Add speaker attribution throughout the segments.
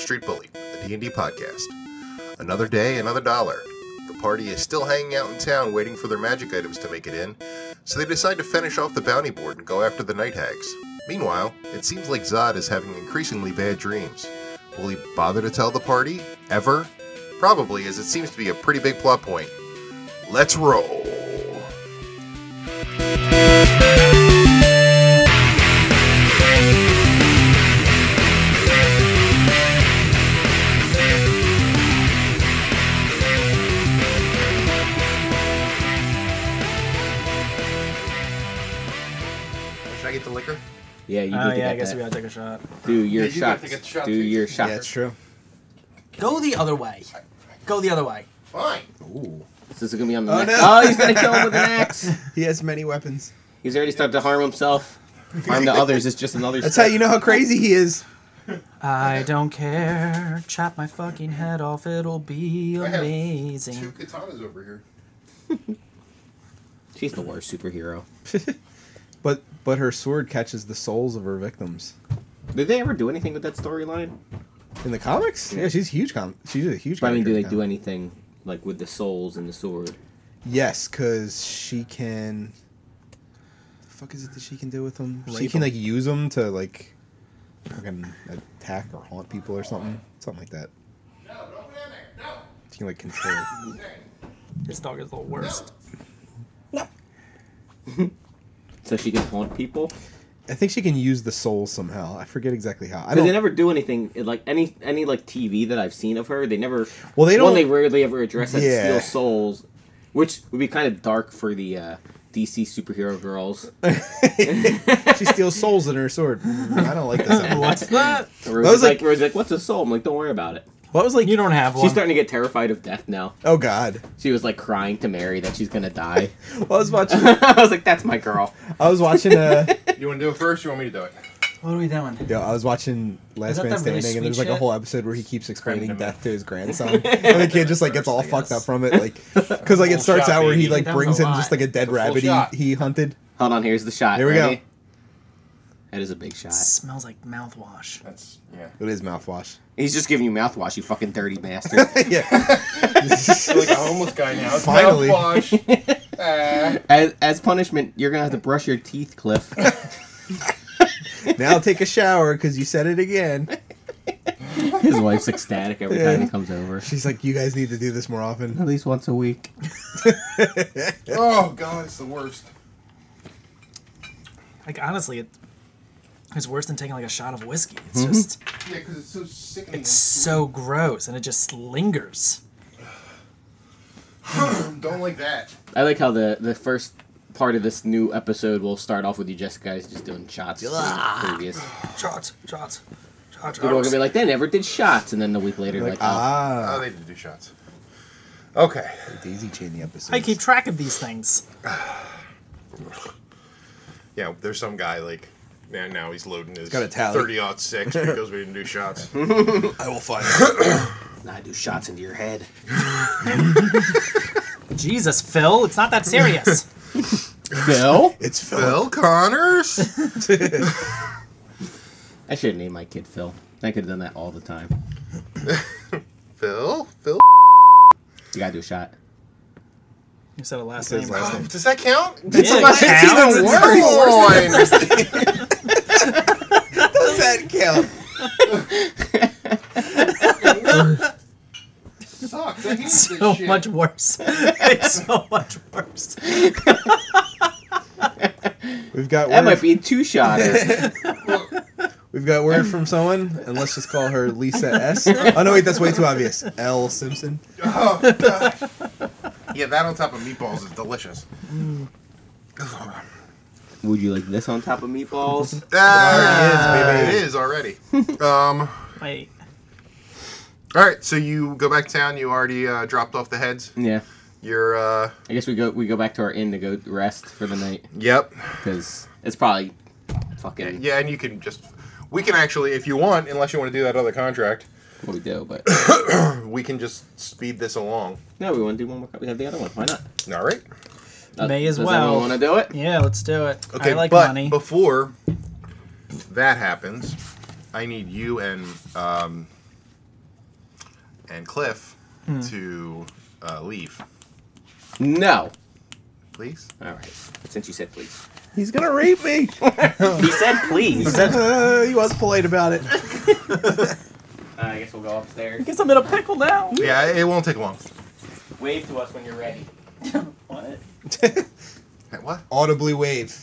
Speaker 1: Street Bully, the D&D podcast. Another day, another dollar. The party is still hanging out in town waiting for their magic items to make it in, so they decide to finish off the bounty board and go after the night hags. Meanwhile, it seems like Zod is having increasingly bad dreams. Will he bother to tell the party? Ever? Probably, as it seems to be a pretty big plot point. Let's roll! Should I get the liquor?
Speaker 2: Yeah, you need
Speaker 3: Ah,
Speaker 4: Oh
Speaker 2: to
Speaker 4: yeah, I
Speaker 2: get
Speaker 4: guess we
Speaker 2: that.
Speaker 4: gotta take a shot.
Speaker 2: Do your
Speaker 1: Yeah, you gotta
Speaker 2: shots.
Speaker 1: take a shot
Speaker 2: Do
Speaker 1: too.
Speaker 2: your shots.
Speaker 3: Yeah, it's true.
Speaker 4: Go the other way. Go the other way.
Speaker 1: Fine. Oh,
Speaker 2: Ooh. Is this gonna be on the
Speaker 3: Oh,
Speaker 2: next?
Speaker 3: no.
Speaker 2: Oh, he's gonna kill him with an axe.
Speaker 3: He has many weapons.
Speaker 2: He's already started to harm himself. Harm to others is just another.
Speaker 3: That's how you know how crazy he is.
Speaker 4: I don't care. Chop my fucking head off. It'll be
Speaker 1: I have
Speaker 4: amazing.
Speaker 1: katanas over here.
Speaker 2: She's the worst superhero.
Speaker 3: But but her sword catches the souls of her victims.
Speaker 2: Did they ever do anything with that storyline?
Speaker 3: In the comics? Yeah, she's huge com she's a huge
Speaker 2: But I mean, do they
Speaker 3: character in
Speaker 2: do
Speaker 3: the comic.
Speaker 2: anything like with the souls and the sword?
Speaker 3: Yes, cause she can the fuck is it that she can do with them? she
Speaker 4: Rape
Speaker 3: can
Speaker 4: 'em.
Speaker 3: like use them to like fucking attack or haunt people or something. Something like that.
Speaker 1: No, don't put it in there.
Speaker 3: She can like control
Speaker 1: No.
Speaker 4: This dog is the worst.
Speaker 2: So she can haunt people.
Speaker 3: I think she can use the souls somehow. I forget exactly how. I
Speaker 2: Because
Speaker 3: don't
Speaker 2: they never do anything like any any like TV that I've seen of her. They never.
Speaker 3: Well, they
Speaker 2: One,
Speaker 3: don't-
Speaker 2: they rarely ever address that
Speaker 3: Yeah.
Speaker 2: steal souls, which would be kind of dark for the uh, DC superhero girls.
Speaker 3: she steals souls in her sword. I don't like this. at all.
Speaker 4: What's that?
Speaker 2: Rose
Speaker 3: I was
Speaker 2: is like,
Speaker 3: like-
Speaker 2: Rose is like, what's a soul? I'm like, don't worry about it.
Speaker 3: What was like
Speaker 4: You don't have one.
Speaker 2: She's starting to get terrified of death now.
Speaker 3: Oh god.
Speaker 2: She was like crying to Mary that she's gonna die.
Speaker 3: Well, I was watching
Speaker 2: I was like, that's my girl.
Speaker 3: I was watching uh
Speaker 1: You want to do it first? Or you want me to do it?
Speaker 4: what are we doing?
Speaker 3: yo, I was watching
Speaker 4: Is
Speaker 3: Last
Speaker 4: that
Speaker 3: Man
Speaker 4: that really
Speaker 3: Standing and there's
Speaker 4: sweet
Speaker 3: like a whole
Speaker 4: shit?
Speaker 3: episode where he keeps explaining
Speaker 1: Creme de
Speaker 3: death to his grandson. and the kid just like gets all
Speaker 1: First, I
Speaker 3: fucked
Speaker 1: guess.
Speaker 3: up from it like cuz like
Speaker 1: Full
Speaker 3: it starts
Speaker 1: shot,
Speaker 3: out where he
Speaker 1: baby.
Speaker 3: like
Speaker 4: That
Speaker 3: brings
Speaker 4: was a
Speaker 3: in
Speaker 4: lot.
Speaker 3: just like a dead
Speaker 1: It's a full
Speaker 3: rabbit
Speaker 1: shot.
Speaker 3: he, he hunted.
Speaker 2: Hold on, here's the shot.
Speaker 3: There we go.
Speaker 2: That is a big shot.
Speaker 4: smells like mouthwash.
Speaker 1: That's yeah.
Speaker 3: It is mouthwash.
Speaker 2: He's just giving you mouthwash, you fucking dirty bastard.
Speaker 3: yeah.
Speaker 1: You're like a homeless guy now. It's
Speaker 3: Finally.
Speaker 1: mouthwash. Ah.
Speaker 2: as, as punishment, you're gonna have to brush your teeth, Cliff.
Speaker 3: Now take a shower cuz you said it again.
Speaker 2: His wife's ecstatic every time
Speaker 3: Yeah.
Speaker 2: he comes over.
Speaker 3: She's like you guys need to do this more often.
Speaker 2: At least once a week.
Speaker 1: oh god, it's the worst.
Speaker 4: Like honestly, it, it's worse than taking like a shot of whiskey. It's
Speaker 2: Mm-hmm.
Speaker 4: just
Speaker 1: Yeah, because it's so sickening.
Speaker 4: it's so gross and it just lingers.
Speaker 1: Don't like that.
Speaker 2: I like how the the first part of this new episode will start off with you just guys just doing shots. from the Previous.
Speaker 4: Shots, shots, shots.
Speaker 2: People are gonna
Speaker 4: shots.
Speaker 2: be like, they never did shots, and then a week later, like,
Speaker 3: Like
Speaker 2: oh,
Speaker 1: Oh,
Speaker 3: ah,
Speaker 1: they did do shots. Okay.
Speaker 3: Daisy chain the episode.
Speaker 4: ah. I keep track of these things.
Speaker 1: Yeah, there's some guy like. Now, now he's loading his
Speaker 3: got a tally.
Speaker 1: 30 odd six because we didn't do shots.
Speaker 3: I will find
Speaker 2: I do shots into your head.
Speaker 4: Jesus, Phil, it's not that serious.
Speaker 2: Phil.
Speaker 3: It's Phil.
Speaker 1: Phil Connors?
Speaker 2: I should have named my kid Phil. I could have done that all the time.
Speaker 1: Phil? Phil?
Speaker 2: You gotta do a shot.
Speaker 4: you said it last
Speaker 3: Says
Speaker 4: name.
Speaker 3: last name.
Speaker 1: Does that count?
Speaker 4: It's
Speaker 2: a- it's
Speaker 4: counts.
Speaker 2: even worse.
Speaker 4: It's
Speaker 1: Come on!
Speaker 3: Does that count?
Speaker 1: Sucks. I hate this
Speaker 4: so
Speaker 1: shit.
Speaker 4: much worse. it's so much worse.
Speaker 3: We've got
Speaker 2: That
Speaker 3: one
Speaker 2: might be a two shotter.
Speaker 3: We've got word from someone, and let's just call her Lisa S. Oh no, wait, that's way too obvious. L Simpson.
Speaker 1: Oh, God. Yeah, that on top of meatballs is delicious.
Speaker 2: Would you like this on top of meatballs?
Speaker 1: Ah,
Speaker 3: It already
Speaker 1: is, already. um,
Speaker 4: Wait,
Speaker 1: all right, so you go back town. You already uh, dropped off the heads.
Speaker 2: yeah.
Speaker 1: You're, uh,
Speaker 2: I guess we go we go back to our inn to go rest for the night
Speaker 1: yep.
Speaker 2: because it's probably fucking
Speaker 1: Yeah, and you can just, we can actually, if you want, unless you want to do that other contract,
Speaker 2: what we do. But
Speaker 1: we can just speed this along.
Speaker 2: no, we want to do one more. We have the other one. Why not?
Speaker 1: All right.
Speaker 2: Uh,
Speaker 4: May as
Speaker 2: does
Speaker 4: well.
Speaker 2: Want to do it?
Speaker 4: yeah, let's do it.
Speaker 1: Okay,
Speaker 4: I like
Speaker 1: but
Speaker 4: money.
Speaker 1: before that happens, I need you and um,
Speaker 5: and Cliff to uh, leave.
Speaker 2: No.
Speaker 5: Please?
Speaker 2: All right. Since you said please,
Speaker 3: He's gonna rape me.
Speaker 2: he said please.
Speaker 3: Uh, he was polite about it.
Speaker 2: I guess we'll go upstairs.
Speaker 4: Guess I'm in a pickle now.
Speaker 5: Yeah, it won't take long.
Speaker 2: Wave to us when you're ready.
Speaker 4: What?
Speaker 5: Hey, What?
Speaker 3: Audibly wave.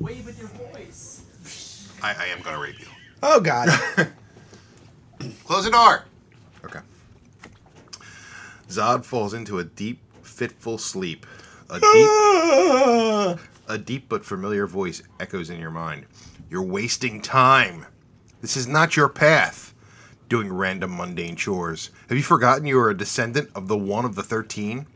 Speaker 4: Wave with your voice.
Speaker 5: I, I am going to rape you.
Speaker 3: Oh God.
Speaker 5: Close the door. Okay. Zod falls into a deep, fitful sleep. A deep,
Speaker 3: Ah.
Speaker 5: a deep but familiar voice echoes in your mind. You're wasting time. This is not your path. Doing random mundane chores. Have you forgotten you are a descendant of the one of the thirteen?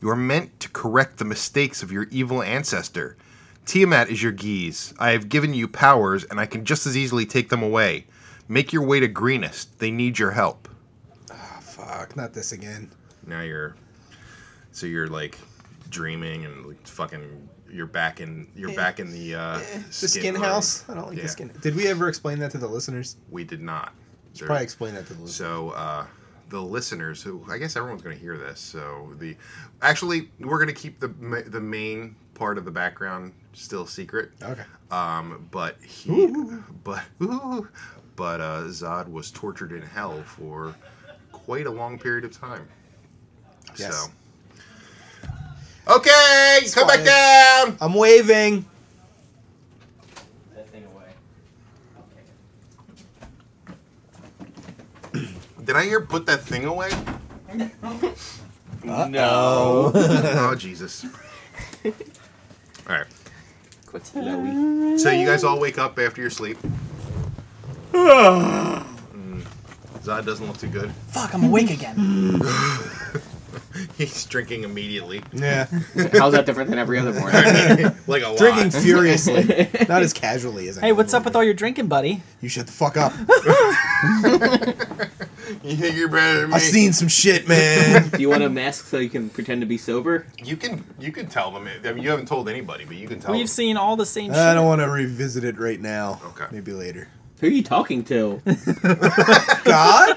Speaker 5: You are meant to correct the mistakes of your evil ancestor. Tiamat is your geese. I have given you powers, and I can just as easily take them away. Make your way to Greenest. They need your help.
Speaker 3: Fuck, not this again.
Speaker 5: now you're so you're like dreaming and like fucking you're back in you're back in the uh
Speaker 3: The skin
Speaker 5: party.
Speaker 3: house. I don't like
Speaker 5: Yeah.
Speaker 3: the skin. Did we ever explain that to the listeners?
Speaker 5: we did not There-
Speaker 3: Probably explain that to the listeners.
Speaker 5: so uh the listeners who i guess everyone's going to hear this so the actually we're going to keep the ma- the main part of the background still secret
Speaker 3: Okay.
Speaker 5: um but he but ooh, but uh zod was tortured in hell for quite a long period of time
Speaker 3: Yes.
Speaker 5: so okay come back
Speaker 3: Swatted.
Speaker 5: down
Speaker 3: I'm waving.
Speaker 2: That thing away.
Speaker 5: did i hear put that thing away
Speaker 2: No.
Speaker 5: oh jesus all right
Speaker 2: Quit Chloe.
Speaker 5: So you guys all wake up after your sleep. Mm, Zod doesn't look too good.
Speaker 4: Fuck, I'm awake again.
Speaker 5: He's drinking immediately,
Speaker 3: Yeah.
Speaker 2: How's that different than every other morning?
Speaker 5: like a lot.
Speaker 3: Drinking furiously. not as casually as I
Speaker 4: Hey, what's up with all your drinking, buddy?
Speaker 3: You shut the fuck up.
Speaker 5: You think you're better than me?
Speaker 3: I've seen some shit, man.
Speaker 2: Do you want a mask so you can pretend to be sober?
Speaker 5: You can you can tell them. It. I mean, you haven't told anybody, but you can tell.
Speaker 4: We've
Speaker 5: them.
Speaker 4: seen all the same shit.
Speaker 3: I don't want to revisit it right now.
Speaker 5: Okay.
Speaker 3: Maybe later.
Speaker 2: Who are you talking to?
Speaker 3: God,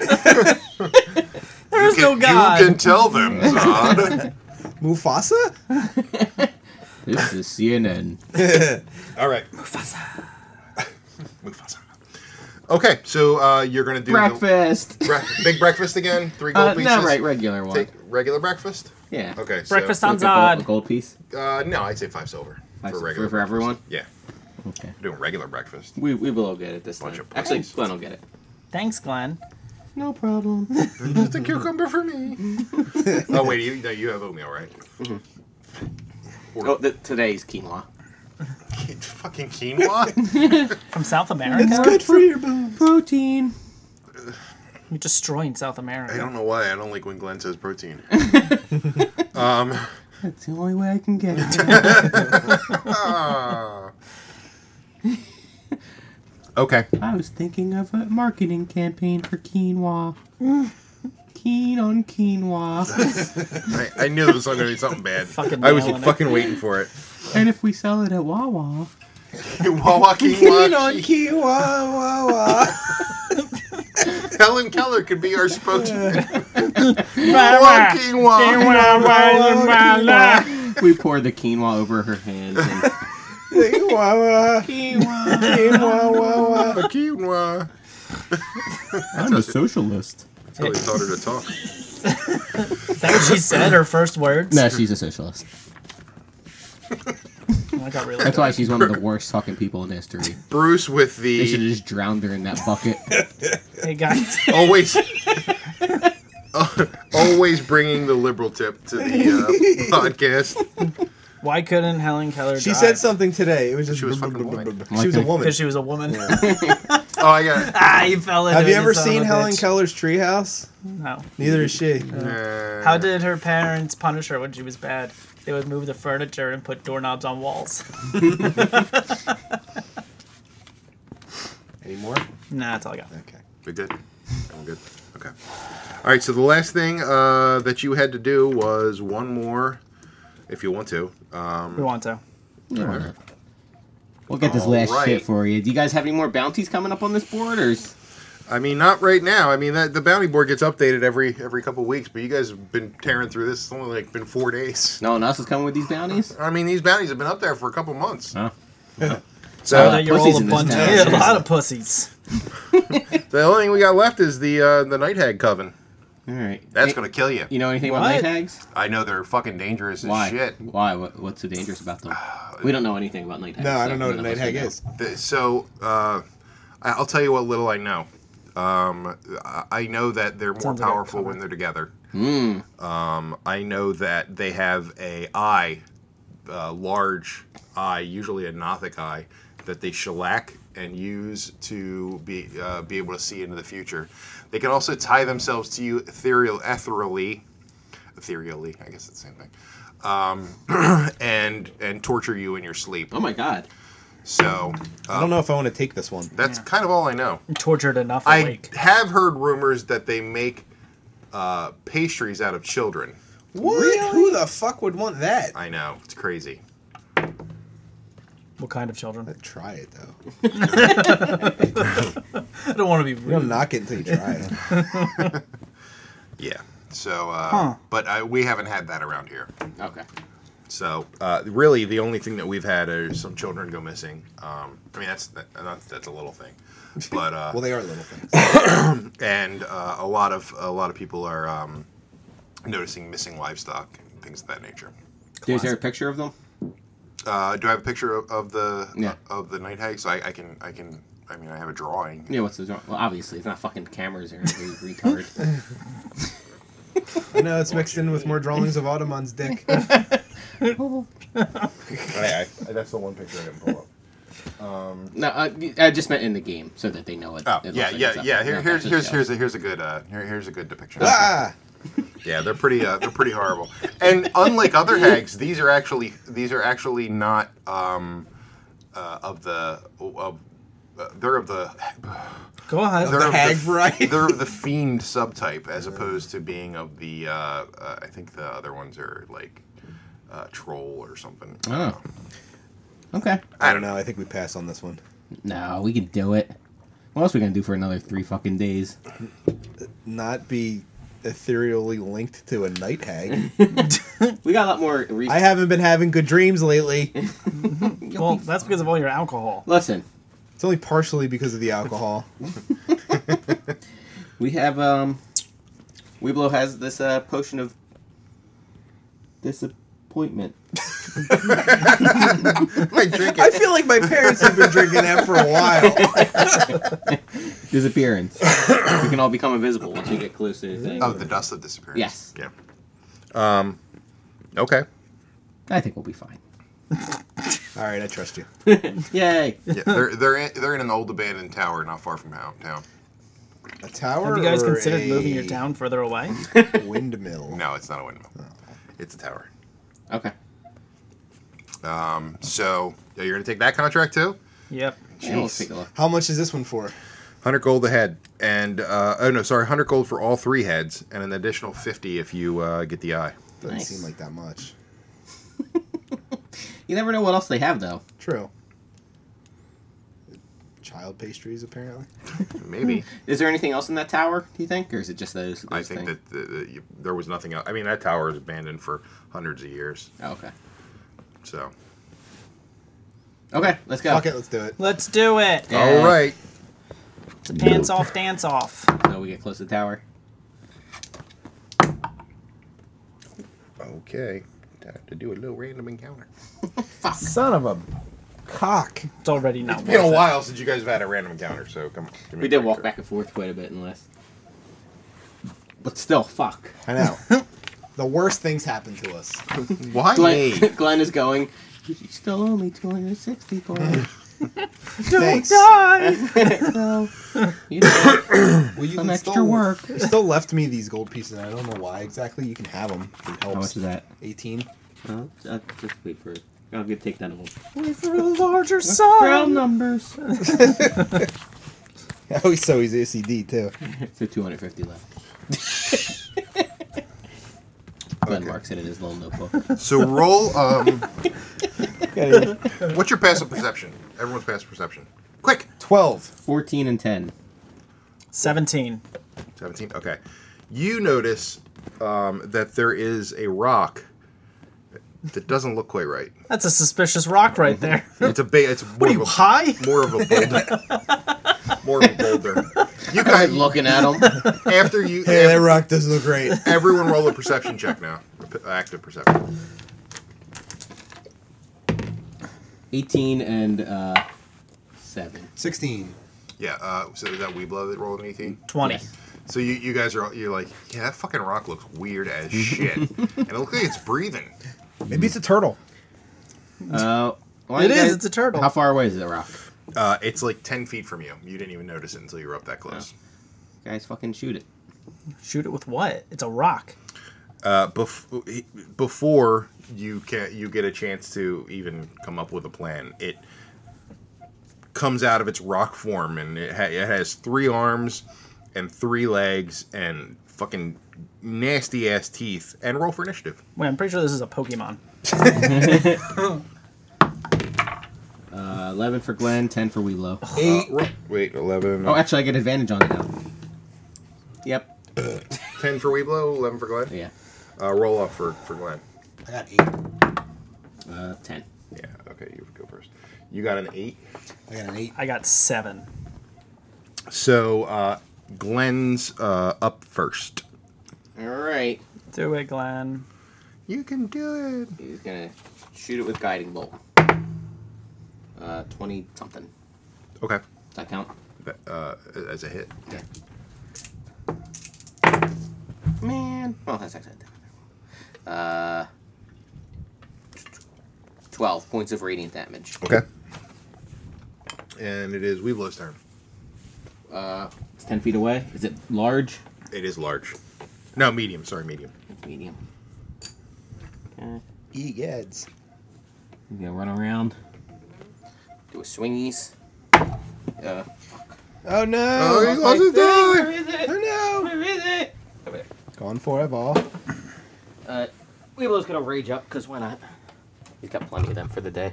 Speaker 4: There's
Speaker 5: You
Speaker 4: no
Speaker 5: can-
Speaker 4: God.
Speaker 5: You can tell them, Zod.
Speaker 3: Mufasa.
Speaker 2: this is CNN.
Speaker 5: all right, Mufasa. Okay, so uh, you're gonna do the-
Speaker 2: Breakfast.
Speaker 5: Bre- big breakfast again. Three gold
Speaker 2: Uh,
Speaker 5: pieces.
Speaker 2: no, right, regular one.
Speaker 5: Take regular breakfast.
Speaker 2: Yeah.
Speaker 5: Okay. so-
Speaker 4: Breakfast
Speaker 2: So
Speaker 4: on
Speaker 2: it's a gold, a
Speaker 4: Zod.
Speaker 2: gold piece.
Speaker 5: Uh, no, I'd say five silver
Speaker 2: Five-
Speaker 5: for
Speaker 2: for-
Speaker 5: regular.
Speaker 2: for
Speaker 5: breakfast.
Speaker 2: everyone?
Speaker 5: Yeah,
Speaker 2: Okay.
Speaker 5: doing regular breakfast.
Speaker 2: We, we will all get it this
Speaker 5: Bunch
Speaker 2: time.
Speaker 5: of
Speaker 2: Actually,
Speaker 5: pussies.
Speaker 2: Glenn will get it.
Speaker 4: Thanks, Glenn.
Speaker 2: No problem.
Speaker 5: Just a cucumber for me. oh wait, you no, you have oatmeal, right? Or
Speaker 2: oh, th- today's quinoa.
Speaker 5: fucking quinoa.
Speaker 4: From South America?
Speaker 3: for your bones.
Speaker 2: Protein.
Speaker 4: You're destroying South America.
Speaker 5: I don't know why I don't like when Glenn says protein. um,
Speaker 2: That's the only way I can get it.
Speaker 5: ah. okay.
Speaker 2: I was thinking of a marketing campaign for quinoa. Keen on quinoa.
Speaker 5: I, I knew this was gonna be something bad.
Speaker 4: Fucking
Speaker 5: I was
Speaker 4: nailing it.
Speaker 5: fucking waiting for it.
Speaker 2: and if we sell it at Wawa.
Speaker 5: Wawa
Speaker 3: Keen on
Speaker 5: quinoa.
Speaker 3: Kiwa, wa, wa.
Speaker 5: Helen Keller could be our spokesman. Wawa
Speaker 4: Quinoa.
Speaker 5: quinoa.
Speaker 2: we pour the quinoa over her hands. And
Speaker 3: Kiwa, wa,
Speaker 2: quinoa.
Speaker 3: Kiwa, wa, wa.
Speaker 5: Quinoa.
Speaker 2: I'm a socialist.
Speaker 5: That's how we taught her to talk.
Speaker 4: Is that what she said? Her first words?
Speaker 2: No, she's a socialist.
Speaker 4: Oh, I got really
Speaker 2: That's why she's one of the worst fucking people in history.
Speaker 5: Bruce with
Speaker 2: They should
Speaker 5: the
Speaker 2: have just drowned her in that bucket.
Speaker 4: Hey, guys.
Speaker 5: always always bringing the liberal tip to the uh, podcast
Speaker 4: Why couldn't Helen Keller
Speaker 3: She said something today. It was just
Speaker 5: She was fucking
Speaker 3: blub, blub,
Speaker 5: white.
Speaker 3: blub, blub.
Speaker 2: Like
Speaker 3: She was a
Speaker 2: an-
Speaker 3: woman.
Speaker 4: Because she was a woman.
Speaker 5: oh i got
Speaker 4: ah, you fell into
Speaker 3: Have you
Speaker 4: it,
Speaker 3: ever
Speaker 4: son of
Speaker 3: seen
Speaker 4: a
Speaker 3: Helen
Speaker 4: bitch.
Speaker 3: Keller's treehouse?
Speaker 4: No.
Speaker 3: Neither is she.
Speaker 5: uh,
Speaker 4: How did her parents punish her when she was bad? They would move the furniture and put doorknobs on walls.
Speaker 3: Any more?
Speaker 4: nah, that's all I got.
Speaker 3: Okay.
Speaker 5: we did i'm good okay all right so the last thing uh, that you had to do was one more if you want to um,
Speaker 4: We want to.
Speaker 2: Whatever. We'll get this last
Speaker 1: Alright.
Speaker 2: shit for you. Do you guys have any more bounties coming up on this board, or is-
Speaker 1: I mean, not right now. I mean, that, the bounty board gets updated every every couple weeks, but you guys have been tearing through this. It's only like been four days.
Speaker 2: no one else is coming with these bounties?
Speaker 1: I mean, these bounties have been up there for a couple months.
Speaker 2: Huh?
Speaker 4: Now
Speaker 1: So
Speaker 2: Uh,
Speaker 4: you're all
Speaker 2: pussies
Speaker 4: a
Speaker 2: in this
Speaker 4: bunch of
Speaker 2: town,
Speaker 4: yeah, a lot
Speaker 2: seriously.
Speaker 4: of pussies.
Speaker 1: the only thing we got left is the uh, the night hag coven.
Speaker 2: All right.
Speaker 1: That's
Speaker 2: Eh,
Speaker 1: gonna kill you.
Speaker 2: You know anything about
Speaker 4: What?
Speaker 2: night hags?
Speaker 1: I know they're fucking dangerous as
Speaker 2: Why?
Speaker 1: shit.
Speaker 2: Why? What, what's so dangerous about them? We don't know anything about night hags.
Speaker 3: No, I
Speaker 2: so
Speaker 3: don't know what a
Speaker 2: none of us
Speaker 3: night hag
Speaker 2: would know.
Speaker 3: is.
Speaker 1: The- So uh, I- I'll tell you what little I know. Um, I- I know that they're more
Speaker 4: Sounds like a
Speaker 1: powerful when
Speaker 4: cover.
Speaker 1: they're together.
Speaker 2: Mm.
Speaker 1: Um, I know that they have a eye, a large eye, usually a Nothic eye, that they shellac and use to be uh, be able to see into the future. They can also tie themselves to you ethereal, ethereally, ethereally. I guess it's the same thing. Um, and and torture you in your sleep.
Speaker 2: Oh my god.
Speaker 1: So
Speaker 5: Oh.
Speaker 3: I don't know if I want to take this one.
Speaker 1: that's
Speaker 4: Yeah.
Speaker 1: kind of all I know.
Speaker 4: Tortured enough
Speaker 1: I
Speaker 4: awake.
Speaker 1: have heard rumors that they make uh, pastries out of children.
Speaker 3: What? Who the fuck would want that?
Speaker 1: I know it's crazy.
Speaker 4: What kind of children?
Speaker 3: I'd try it though.
Speaker 4: I don't want to be
Speaker 3: You don't
Speaker 4: rude.
Speaker 3: knock it until you try it.
Speaker 1: Yeah. So, uh,
Speaker 4: Huh.
Speaker 1: but I, we haven't had that around here.
Speaker 2: Okay.
Speaker 1: So, uh, really, the only thing that we've had are some children go missing. Um, I mean, that's that, that's- that's a little thing, but uh,
Speaker 3: Well, they are little things.
Speaker 1: and uh, a lot of a lot of people are um, noticing missing livestock and things of that nature.
Speaker 2: Is there a picture of them?
Speaker 1: Uh, do I have a picture of, of the
Speaker 2: Yeah.
Speaker 1: of the night hags? I, I can I can I mean I have a drawing.
Speaker 2: Yeah, what's the Well, obviously, it's not fucking cameras or anything, you retard.
Speaker 3: I know it's mixed in with more drawings of Audubon's dick.
Speaker 2: Oh,
Speaker 1: I, I, that's the one picture I didn't pull up.
Speaker 2: no, uh, I just meant in the game so that they know it.
Speaker 1: Oh
Speaker 2: it looks
Speaker 1: yeah,
Speaker 2: like
Speaker 1: yeah,
Speaker 2: it's up.
Speaker 1: yeah.
Speaker 2: No,
Speaker 1: Here,
Speaker 2: that's
Speaker 1: here's
Speaker 2: just
Speaker 1: here's
Speaker 2: jokes.
Speaker 1: here's a here's a good uh, here, here's a good depiction.
Speaker 3: ah!
Speaker 1: Yeah, they're pretty uh, they're pretty horrible. And unlike other hags, these are actually these are actually not um, uh, of the of uh, they're of the
Speaker 4: Go ahead.
Speaker 1: they're of
Speaker 3: hag
Speaker 1: the,
Speaker 3: variety?
Speaker 1: They're of the fiend subtype as opposed to being of the uh, uh, I think the other ones are like uh, troll or something.
Speaker 2: Oh. Okay.
Speaker 3: I don't know. I think we pass on this one.
Speaker 2: No, we can do it. What else we gonna do for another three fucking days?
Speaker 3: Not be ethereally linked to a night hag.
Speaker 2: We got a lot more. Re-
Speaker 3: I haven't been having good dreams lately.
Speaker 4: Well, that's because of all your alcohol.
Speaker 2: Listen,
Speaker 3: It's only partially because of the alcohol.
Speaker 2: we have um, Weeblo has this uh potion of disappointment.
Speaker 1: I drink
Speaker 3: I
Speaker 1: it.
Speaker 3: feel like my parents have been drinking that for a while.
Speaker 2: Disappearance. we can all become invisible once we get close to the thing.
Speaker 1: Of Oh, the dust of disappearance.
Speaker 2: Yes.
Speaker 1: Yeah. Um. Okay.
Speaker 2: I think we'll be fine.
Speaker 3: All right, I trust you.
Speaker 2: Yay!
Speaker 1: Yeah. They're they're in, they're in an old abandoned tower not far from hou- town.
Speaker 3: A tower.
Speaker 4: Have you guys
Speaker 3: or
Speaker 4: considered
Speaker 3: a
Speaker 4: moving your town further away?
Speaker 3: Windmill.
Speaker 1: No, it's not a windmill. Oh. It's a tower.
Speaker 2: Okay.
Speaker 1: Um, so yeah, you're gonna take that contract too.
Speaker 4: Yep.
Speaker 2: Yeah, we'll take a look.
Speaker 3: How much is this one for?
Speaker 1: Hundred gold a head, and uh, oh no, sorry, hundred gold for all three heads, and an additional fifty if you uh, get the eye.
Speaker 3: Doesn't
Speaker 2: Nice.
Speaker 3: seem like that much.
Speaker 2: You never know what else they have though.
Speaker 3: True. Child pastries, apparently.
Speaker 1: Maybe
Speaker 2: Is there anything else in that tower? Do you think, or is it just those? those
Speaker 1: I think
Speaker 2: things?
Speaker 1: that the, the, you- there was nothing else. I mean, that tower is abandoned for hundreds of years,
Speaker 2: Oh, okay.
Speaker 1: so
Speaker 2: Okay, let's go.
Speaker 3: Fuck it, let's do it.
Speaker 4: Let's do it.
Speaker 2: Yeah.
Speaker 1: all right.
Speaker 4: It's a pants off, dance off.
Speaker 2: So we get close to the tower.
Speaker 1: Okay, time to do a little random encounter.
Speaker 3: Son of a cock.
Speaker 4: It's already not
Speaker 1: It's been a
Speaker 4: worth
Speaker 1: while since you guys have had a random encounter, so come on. give me
Speaker 2: We
Speaker 1: a
Speaker 2: did walk
Speaker 1: break.
Speaker 2: back and forth quite a bit in this. But still, fuck.
Speaker 3: I know. the worst things happen to us.
Speaker 1: Why
Speaker 2: Glenn,
Speaker 1: me?
Speaker 2: Glenn is going, she's still only 264.
Speaker 4: it.
Speaker 3: Thanks.
Speaker 4: Don't die.
Speaker 2: so, you know,
Speaker 3: Well, you
Speaker 2: some
Speaker 3: can
Speaker 2: extra
Speaker 3: still-
Speaker 2: work.
Speaker 3: You still left me these gold pieces. and I don't know why exactly. You can have them. It helps.
Speaker 2: How much is that?
Speaker 3: 18.
Speaker 2: Uh, uh, just wait for it. I'll get take that one.
Speaker 4: Wait for a larger
Speaker 2: Round
Speaker 4: sum.
Speaker 2: numbers.
Speaker 3: Oh, he's so he's OCD too.
Speaker 2: so 250 left. Glenn marks it in his little notebook.
Speaker 1: So roll. Um, What's your passive perception? Everyone's passive perception. Quick.
Speaker 3: 12.
Speaker 2: 14 and 10.
Speaker 4: 17.
Speaker 1: 17. Okay. You notice um, that there is a rock that doesn't look quite right.
Speaker 4: That's a suspicious rock right there.
Speaker 1: It's a ba- it's more
Speaker 4: What are you,
Speaker 1: of a
Speaker 4: high?
Speaker 1: more of a boulder. more of a boulder. You guys
Speaker 2: Looking at him.
Speaker 1: after you
Speaker 3: Hey, that rock doesn't look great.
Speaker 1: everyone roll a perception check now. P- Active perception.
Speaker 2: 18 and uh, 7.
Speaker 3: 16.
Speaker 1: Yeah, uh, so is that Weeblo that rolled an 18?
Speaker 4: 20.
Speaker 2: Yes.
Speaker 1: So you, you guys are all- you're like, yeah, that fucking rock looks weird as shit. and it looks like it's breathing.
Speaker 3: Maybe it's a turtle.
Speaker 2: Uh, why
Speaker 4: It
Speaker 2: you
Speaker 4: is, it's a turtle.
Speaker 2: How far away is the rock?
Speaker 1: Uh, it's like 10 feet from you. You didn't even notice it until you were up that
Speaker 2: Oh.
Speaker 1: close.
Speaker 2: Guys, fucking shoot it.
Speaker 4: Shoot it with what? It's a rock.
Speaker 1: Uh, bef- before you can you get a chance to even come up with a plan, it comes out of its rock form and it, ha- it has three arms and three legs and fucking nasty ass teeth. And roll for initiative.
Speaker 4: Wait, I'm pretty sure this is a Pokemon.
Speaker 2: Uh, 11 for Glenn, 10 for Wheelo.
Speaker 1: Uh, ro- wait, eleven.
Speaker 2: Oh, actually, I get advantage on it now. Yep. Oh,
Speaker 1: Ten for Weeblo, eleven for Glenn.
Speaker 2: Yeah.
Speaker 1: Uh, roll off for for Glenn.
Speaker 3: I got 8.
Speaker 2: Uh, 10.
Speaker 1: Yeah. Okay, you go first. You got an eight.
Speaker 3: I got an 8.
Speaker 4: I got seven.
Speaker 1: So uh, Glenn's uh, up first.
Speaker 2: All right.
Speaker 4: Do it, Glenn.
Speaker 1: You can do it.
Speaker 2: He's going to shoot it with guiding bolt. Uh, 20 something.
Speaker 1: Okay.
Speaker 2: Does that count?
Speaker 1: Uh, as a hit.
Speaker 2: Yeah. Man. Well, that's actually. Uh, 12 points of radiant damage.
Speaker 1: Okay. And it is Weeblo's turn.
Speaker 2: Uh, it's 10 feet away. Is it large?
Speaker 1: It is large. No, medium. Sorry, medium.
Speaker 2: It's medium. Okay.
Speaker 3: E Egads.
Speaker 2: You gonna run around? Do a swingies. Uh,
Speaker 3: Oh no!
Speaker 1: Oh, he lost his dog.
Speaker 2: is it?
Speaker 3: Oh
Speaker 2: Where is it?
Speaker 3: no! Gone forever.
Speaker 2: Uh, Weeblo's gonna rage up, because why not? He's got plenty of them for the day.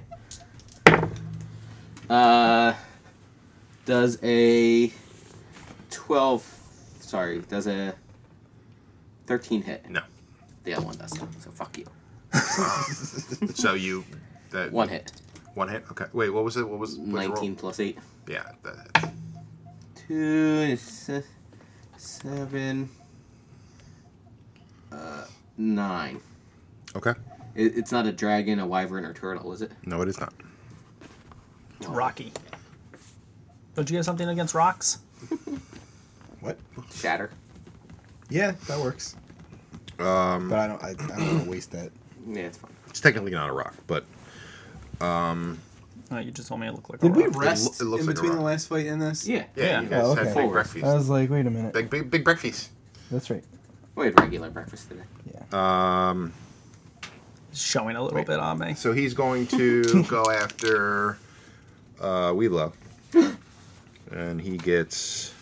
Speaker 2: Uh, does a 12, sorry, does a 13 hit?
Speaker 1: No.
Speaker 2: The other one does, so fuck you.
Speaker 1: So you. That,
Speaker 2: One hit.
Speaker 1: One hit. Okay. Wait. What was it? What was what'd you roll?
Speaker 2: 19 plus 8.
Speaker 1: Yeah. That,
Speaker 2: two, se- seven, uh, nine.
Speaker 1: okay.
Speaker 2: It, it's not a dragon, a wyvern, or turtle, is it?
Speaker 1: No, it is not.
Speaker 4: It's rocky. Don't you have something against rocks?
Speaker 3: What?
Speaker 2: Shatter.
Speaker 3: Yeah, that works.
Speaker 1: Um,
Speaker 3: But I don't. I, I don't want to waste that.
Speaker 2: Yeah, it's fine.
Speaker 1: it's technically not a rock, but
Speaker 4: No, Oh, you just told me it looked like
Speaker 3: Did
Speaker 4: a
Speaker 3: we
Speaker 4: rock.
Speaker 3: rest
Speaker 1: it looks
Speaker 3: in
Speaker 1: like a
Speaker 3: between
Speaker 1: rock.
Speaker 3: the last fight and this?
Speaker 2: Yeah.
Speaker 1: yeah, you
Speaker 4: Yeah.
Speaker 1: guys
Speaker 3: Oh,
Speaker 1: had
Speaker 3: okay.
Speaker 1: big
Speaker 3: I
Speaker 1: breakfast.
Speaker 3: was like, wait a minute.
Speaker 1: Big, big, big breakfast.
Speaker 3: That's right.
Speaker 2: We had regular breakfast today.
Speaker 1: Um,
Speaker 4: It's Showing a little
Speaker 1: Wait.
Speaker 4: bit on me.
Speaker 1: so he's going to go after uh, Weeblo, and he gets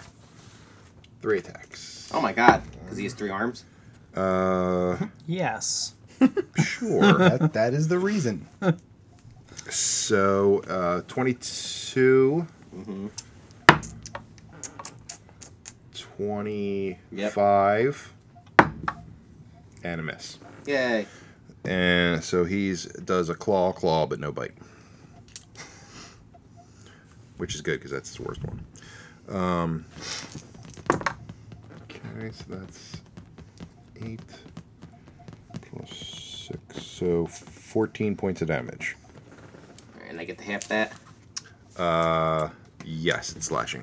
Speaker 1: three attacks.
Speaker 2: Oh my god, because he has three arms.
Speaker 1: Uh,
Speaker 4: Yes.
Speaker 1: sure.
Speaker 3: That, that is the reason.
Speaker 1: so uh, 22, 25, and a miss.
Speaker 2: Yay.
Speaker 1: And so he's does a claw, claw, but no bite, which is good because that's the worst one. Um, okay, so that's eight plus six, so fourteen points of damage.
Speaker 2: And I get to half that.
Speaker 1: Uh, yes, it's slashing.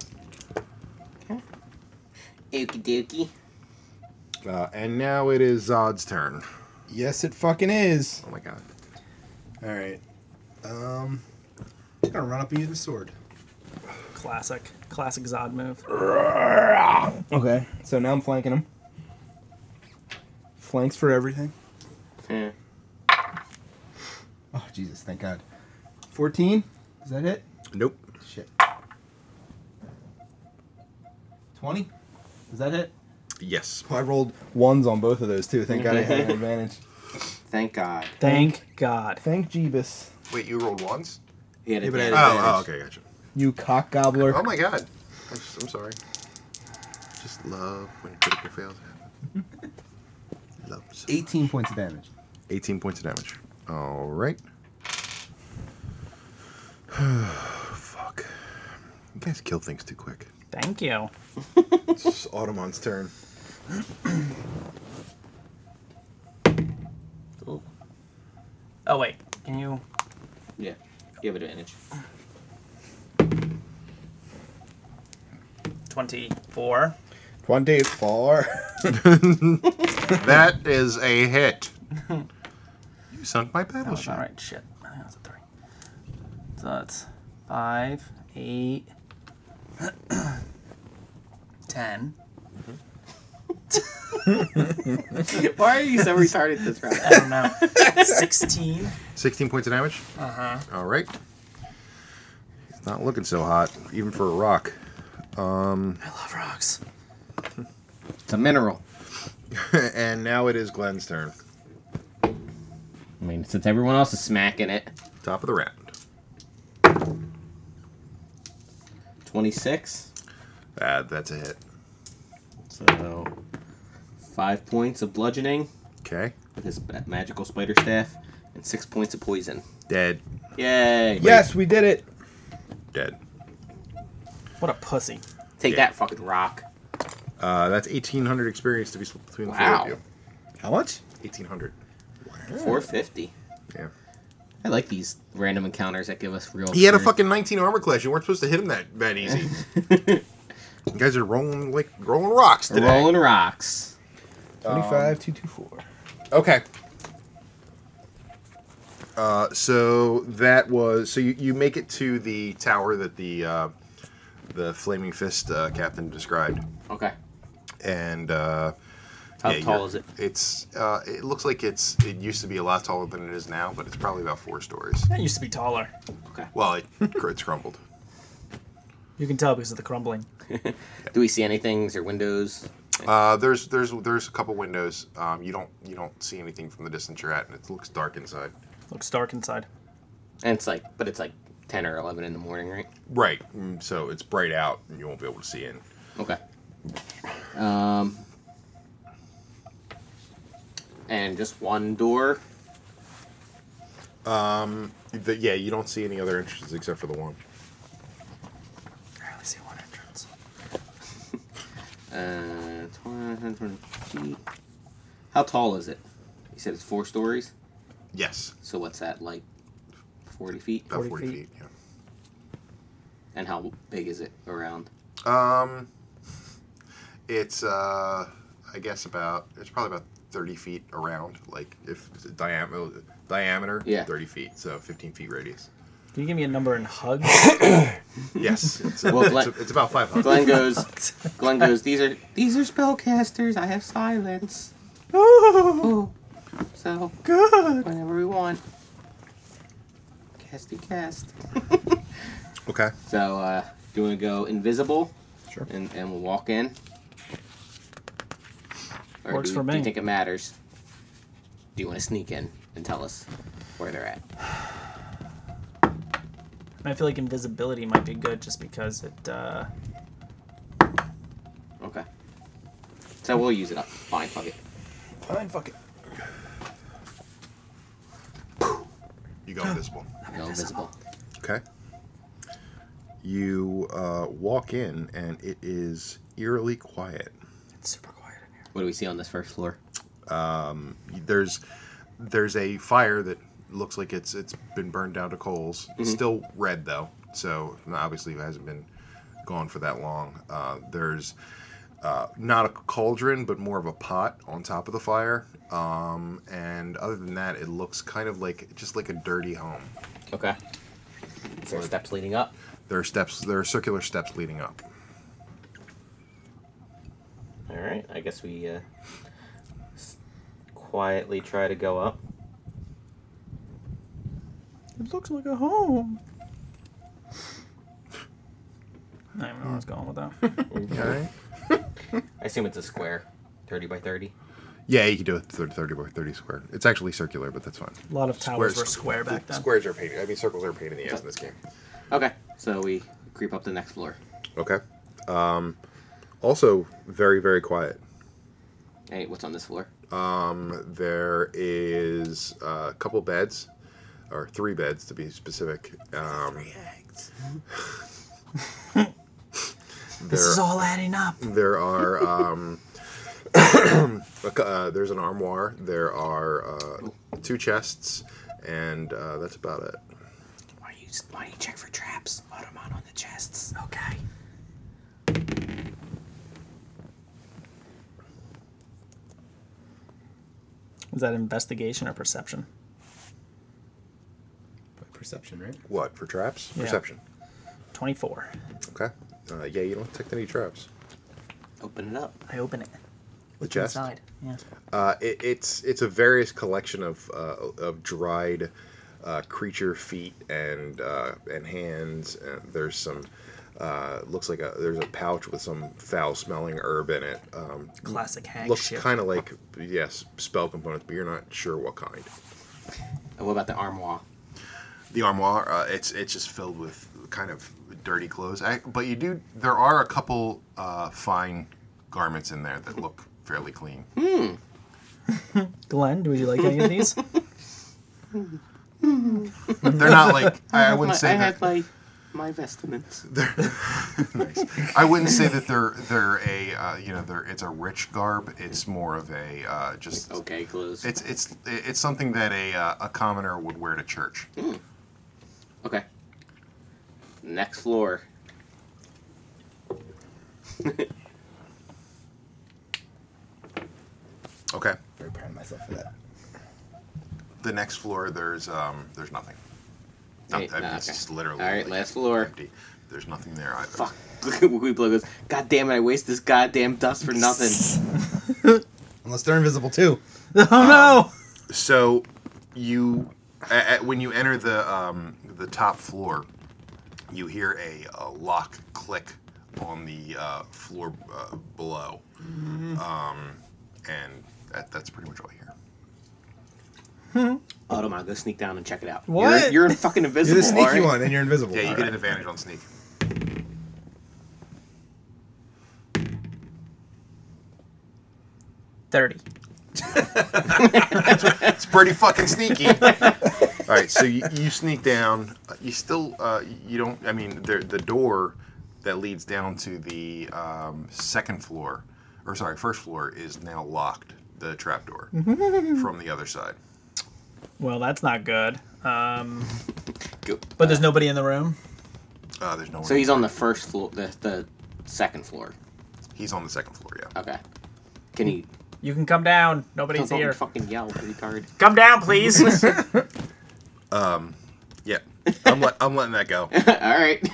Speaker 2: Okie dokie.
Speaker 1: Uh, and now it is Zod's turn.
Speaker 3: Yes, it fucking is.
Speaker 1: Oh my god.
Speaker 3: All right. Um, I'm gonna run up and use my sword.
Speaker 4: Classic. Classic Zod move.
Speaker 3: Okay. So now I'm flanking him. Flanks for everything.
Speaker 2: Yeah.
Speaker 3: Oh Jesus! Thank God. Fourteen. Is that it?
Speaker 1: Nope.
Speaker 3: Shit. Twenty. Is that it?
Speaker 1: Yes.
Speaker 3: I rolled ones on both of those too. Thank God I had an advantage.
Speaker 2: Thank God.
Speaker 4: Thank God.
Speaker 3: Thank Jeebus.
Speaker 1: Wait, you rolled once?
Speaker 2: He had
Speaker 3: Yeah, but I-
Speaker 1: Oh,
Speaker 2: advantage.
Speaker 1: oh, okay, gotcha.
Speaker 3: You cock gobbler.
Speaker 1: Oh my god. I'm, s- I'm sorry. Just love when critical fails happen. love. so much.
Speaker 6: 18 points of damage.
Speaker 1: 18 points of damage. All right. Fuck. You guys kill things too quick.
Speaker 4: Thank you.
Speaker 3: It's Automon's turn.
Speaker 2: Oh,
Speaker 4: Oh wait, can you?
Speaker 2: yeah. You have advantage.
Speaker 4: Twenty-four.
Speaker 3: One day far.
Speaker 1: that is a hit. You sunk my
Speaker 4: That
Speaker 1: battleship.
Speaker 4: was not right. Oh, Shit. I think that was a three. So that's five, eight, ten.
Speaker 2: Why are you so retarded this round?
Speaker 4: I don't know. Sixteen.
Speaker 1: 16 points of damage.
Speaker 4: Uh huh.
Speaker 1: All right. He's not looking so hot, even for a rock.
Speaker 4: I love rocks.
Speaker 2: It's a mineral.
Speaker 1: and now it is Glenn's turn.
Speaker 2: I mean, since everyone else is smacking it.
Speaker 1: Top of the round.
Speaker 2: 26.
Speaker 1: Ah, that's a hit.
Speaker 2: So, five points of bludgeoning
Speaker 1: Okay.
Speaker 2: with his ba- magical spider staff, and six points of poison.
Speaker 1: Dead.
Speaker 2: Yay!
Speaker 3: yes, we did it.
Speaker 1: Dead.
Speaker 4: What a pussy.
Speaker 2: Take
Speaker 1: Yeah.
Speaker 2: that fucking rock.
Speaker 1: Uh, that's 1,800 experience to be split between the
Speaker 2: Wow.
Speaker 1: four of
Speaker 3: How much?
Speaker 1: you. 1,800.
Speaker 2: 450.
Speaker 1: Yeah.
Speaker 2: I like these random encounters that give us real.
Speaker 1: He had a
Speaker 2: experience.
Speaker 1: fucking 19 armor class. You weren't supposed to hit him that, that easy. you guys are rolling like rolling rocks today.
Speaker 2: Rolling rocks.
Speaker 3: 25, 224.
Speaker 1: Okay. Uh, so that was so you, you make it to the tower that the uh, the flaming fist uh, captain described,
Speaker 2: Okay.
Speaker 1: and uh,
Speaker 2: How
Speaker 1: yeah,
Speaker 2: tall
Speaker 1: you're-
Speaker 2: is it?
Speaker 1: It's uh, it looks like it's it used to be a lot taller than it is now, but it's probably about four stories.
Speaker 4: That used to be taller.
Speaker 2: Okay.
Speaker 1: Well, it, it's crumbled.
Speaker 4: You can tell because of the crumbling.
Speaker 2: Do we see anything? Is there windows?
Speaker 1: Uh, there's there's there's a couple windows. Um, you don't you don't see anything from the distance you're at, and it looks dark inside.
Speaker 4: Looks dark inside.
Speaker 2: And it's like, but it's like 10 or 11 in the morning, right?
Speaker 1: Right. mm, So it's bright out, and you won't be able to see in.
Speaker 2: Okay. Um. And just one door.
Speaker 1: The, yeah, you don't see any other entrances except for the one.
Speaker 4: I only see one entrance.
Speaker 2: Uh, 20, 20 feet. How tall is it? You said it's four stories.
Speaker 1: Yes,
Speaker 2: So what's that like? 40 feet.
Speaker 1: about
Speaker 4: 40
Speaker 1: forty feet.
Speaker 4: feet.
Speaker 2: And how big is it around?
Speaker 1: yeah. Um, it's uh, I guess about it's probably about thirty feet around. Like if it's a diameter diameter,
Speaker 2: Yeah.
Speaker 1: thirty feet, so fifteen feet radius.
Speaker 4: Can you give me a number in hugs?
Speaker 1: Yes, it's, uh
Speaker 2: Well,
Speaker 1: it's,
Speaker 2: Glenn-
Speaker 1: it's about five hundred.
Speaker 2: Glenn goes. Glenn goes. These are these are spellcasters. I have silence.
Speaker 3: Oh,
Speaker 2: Oh, so
Speaker 3: good.
Speaker 2: whenever we want. Casty cast.
Speaker 1: Okay.
Speaker 2: So, uh, do you want to go invisible?
Speaker 3: Sure.
Speaker 2: And, and we'll walk in? Or
Speaker 4: Works
Speaker 2: do, you-
Speaker 4: for
Speaker 2: Do you
Speaker 4: me.
Speaker 2: think it matters? Do you want to sneak in and tell us where they're at?
Speaker 4: And I feel like invisibility might be good just because it. Uh,
Speaker 2: Okay. So we'll use it up. Fine, fuck it.
Speaker 3: Fine, fuck it.
Speaker 1: You go invisible.
Speaker 2: Go invisible.
Speaker 1: Okay. You uh, walk in, and it is eerily quiet.
Speaker 4: it's super quiet in here.
Speaker 2: What do we see on this first floor?
Speaker 1: there's there's a fire that looks like it's it's been burned down to coals. It's still red though, so obviously it hasn't been gone for that long. Uh, there's uh, not a cauldron, but more of a pot on top of the fire. Um, and other than that, it looks kind of like just like a dirty home.
Speaker 2: Okay. Is there steps leading up?
Speaker 1: There are steps. There are circular steps leading up.
Speaker 2: All right. I guess we uh, s- quietly try to go up.
Speaker 4: It looks like a home. I don't even know where I was going with that.
Speaker 1: Okay.
Speaker 2: I assume it's a square, thirty by thirty.
Speaker 7: Yeah, you can do a 30, 30 by 30 square. It's actually circular, but that's fine.
Speaker 4: A lot of towers were square back then.
Speaker 1: Squares are painted. I mean, circles are a pain in the ass in this game.
Speaker 2: Okay, so we creep up the next floor.
Speaker 7: Okay. Um, also, very, very quiet.
Speaker 2: Hey, what's on this floor?
Speaker 7: There is uh, a couple beds, or three beds to be specific. Um, three eggs.
Speaker 4: This is all adding up.
Speaker 7: There are um, a cou- uh, there's an armoire. There are uh, two chests, and uh, that's about it.
Speaker 8: Why do you, why do you check for traps? Let 'em out on the chests.
Speaker 4: Okay. Is that investigation or perception?
Speaker 8: Perception, right?
Speaker 7: What for traps?
Speaker 4: Yeah.
Speaker 7: Perception.
Speaker 4: 24.
Speaker 7: Okay. Uh, yeah, you don't detect any traps.
Speaker 2: Open it up.
Speaker 4: I open it.
Speaker 7: The chest.
Speaker 4: Inside. Yeah.
Speaker 7: Uh, it, it's it's a various collection of uh, of dried uh, creature feet and uh, and hands. And there's some uh, looks like a there's a pouch with some foul smelling herb in it. Um,
Speaker 4: Classic hag
Speaker 7: looks
Speaker 4: shit.
Speaker 7: kind of like yes spell components, but you're not sure what kind.
Speaker 2: And what about the armoire?
Speaker 1: the armoire uh, it's it's just filled with kind of dirty clothes I, but you do there are a couple uh, fine garments in there that look fairly clean
Speaker 4: Glenn, would you like any of these?
Speaker 1: they're not like i, I wouldn't
Speaker 2: My-
Speaker 1: say
Speaker 2: I
Speaker 1: that
Speaker 2: have my my vestments.
Speaker 1: they're nice. i wouldn't say that they're they're a uh, you know they're it's a rich garb it's more of a uh, just
Speaker 2: Okay, close.
Speaker 1: it's it's it's something that a uh, a commoner would wear to church
Speaker 2: Okay. Next floor.
Speaker 1: okay
Speaker 8: Very proud of myself for that.
Speaker 1: the next floor there's um there's nothing
Speaker 2: Hey,
Speaker 1: I mean,
Speaker 2: nah,
Speaker 1: it's
Speaker 2: okay.
Speaker 1: just literally
Speaker 2: All right,
Speaker 1: like,
Speaker 2: last floor.
Speaker 1: empty. there's nothing there either
Speaker 2: Fuck. Look at Wiggly Blow goes, God damn it, I waste this goddamn dust for nothing.
Speaker 3: Unless they're invisible too.
Speaker 4: oh
Speaker 1: So, you a a- when you enter the um, the top floor, you hear a, a lock click on the uh, floor uh, below, Mm-hmm. um, and that, that's pretty much all you hear.
Speaker 2: Automa, go sneak down and check it out.
Speaker 4: What?
Speaker 2: You're, you're fucking
Speaker 3: You're
Speaker 2: invisible.
Speaker 3: the sneaky
Speaker 2: alright?
Speaker 3: one, and you're invisible.
Speaker 1: Yeah, you get
Speaker 3: Alright.
Speaker 1: an advantage on sneak.
Speaker 4: no! 30.
Speaker 1: It's pretty fucking sneaky. all right, so you, you sneak down. Uh, You still uh, you don't. I mean, the the door that leads down to the um, second floor, or sorry, first floor is now locked. The trapdoor from the other side.
Speaker 4: Well, that's not good. Um,
Speaker 2: Go-
Speaker 4: but there's nobody in the room.
Speaker 1: Uh, there's no one.
Speaker 2: So he's on the first floor, the, the second floor.
Speaker 1: He's on the second floor. Yeah.
Speaker 2: Okay. Can he?
Speaker 4: You can come down. Nobody's
Speaker 2: Don't
Speaker 4: here.
Speaker 2: fucking yell, retard.
Speaker 4: Come down, please.
Speaker 1: Yeah. I'm, let, I'm letting that go.
Speaker 2: Alright.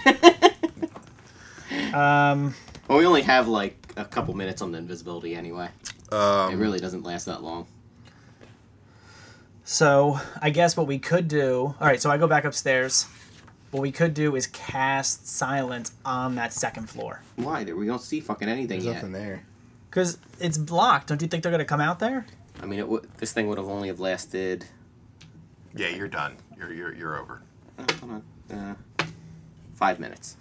Speaker 4: um,
Speaker 2: well, we only have like a couple minutes on the invisibility anyway.
Speaker 8: Um,
Speaker 2: it really doesn't last that long.
Speaker 4: so I guess what we could do. All right, so I go back upstairs. What we could do is cast silence on that second floor.
Speaker 2: Why? There- We don't see fucking anything
Speaker 8: There's
Speaker 2: yet.
Speaker 8: nothing there.
Speaker 4: Because it's blocked. Don't you think they're going to come out there?
Speaker 2: I mean, it w- this thing would have only have lasted.
Speaker 1: Yeah, you're done. You're you're, you're over.
Speaker 2: Oh, come on. Uh, five minutes.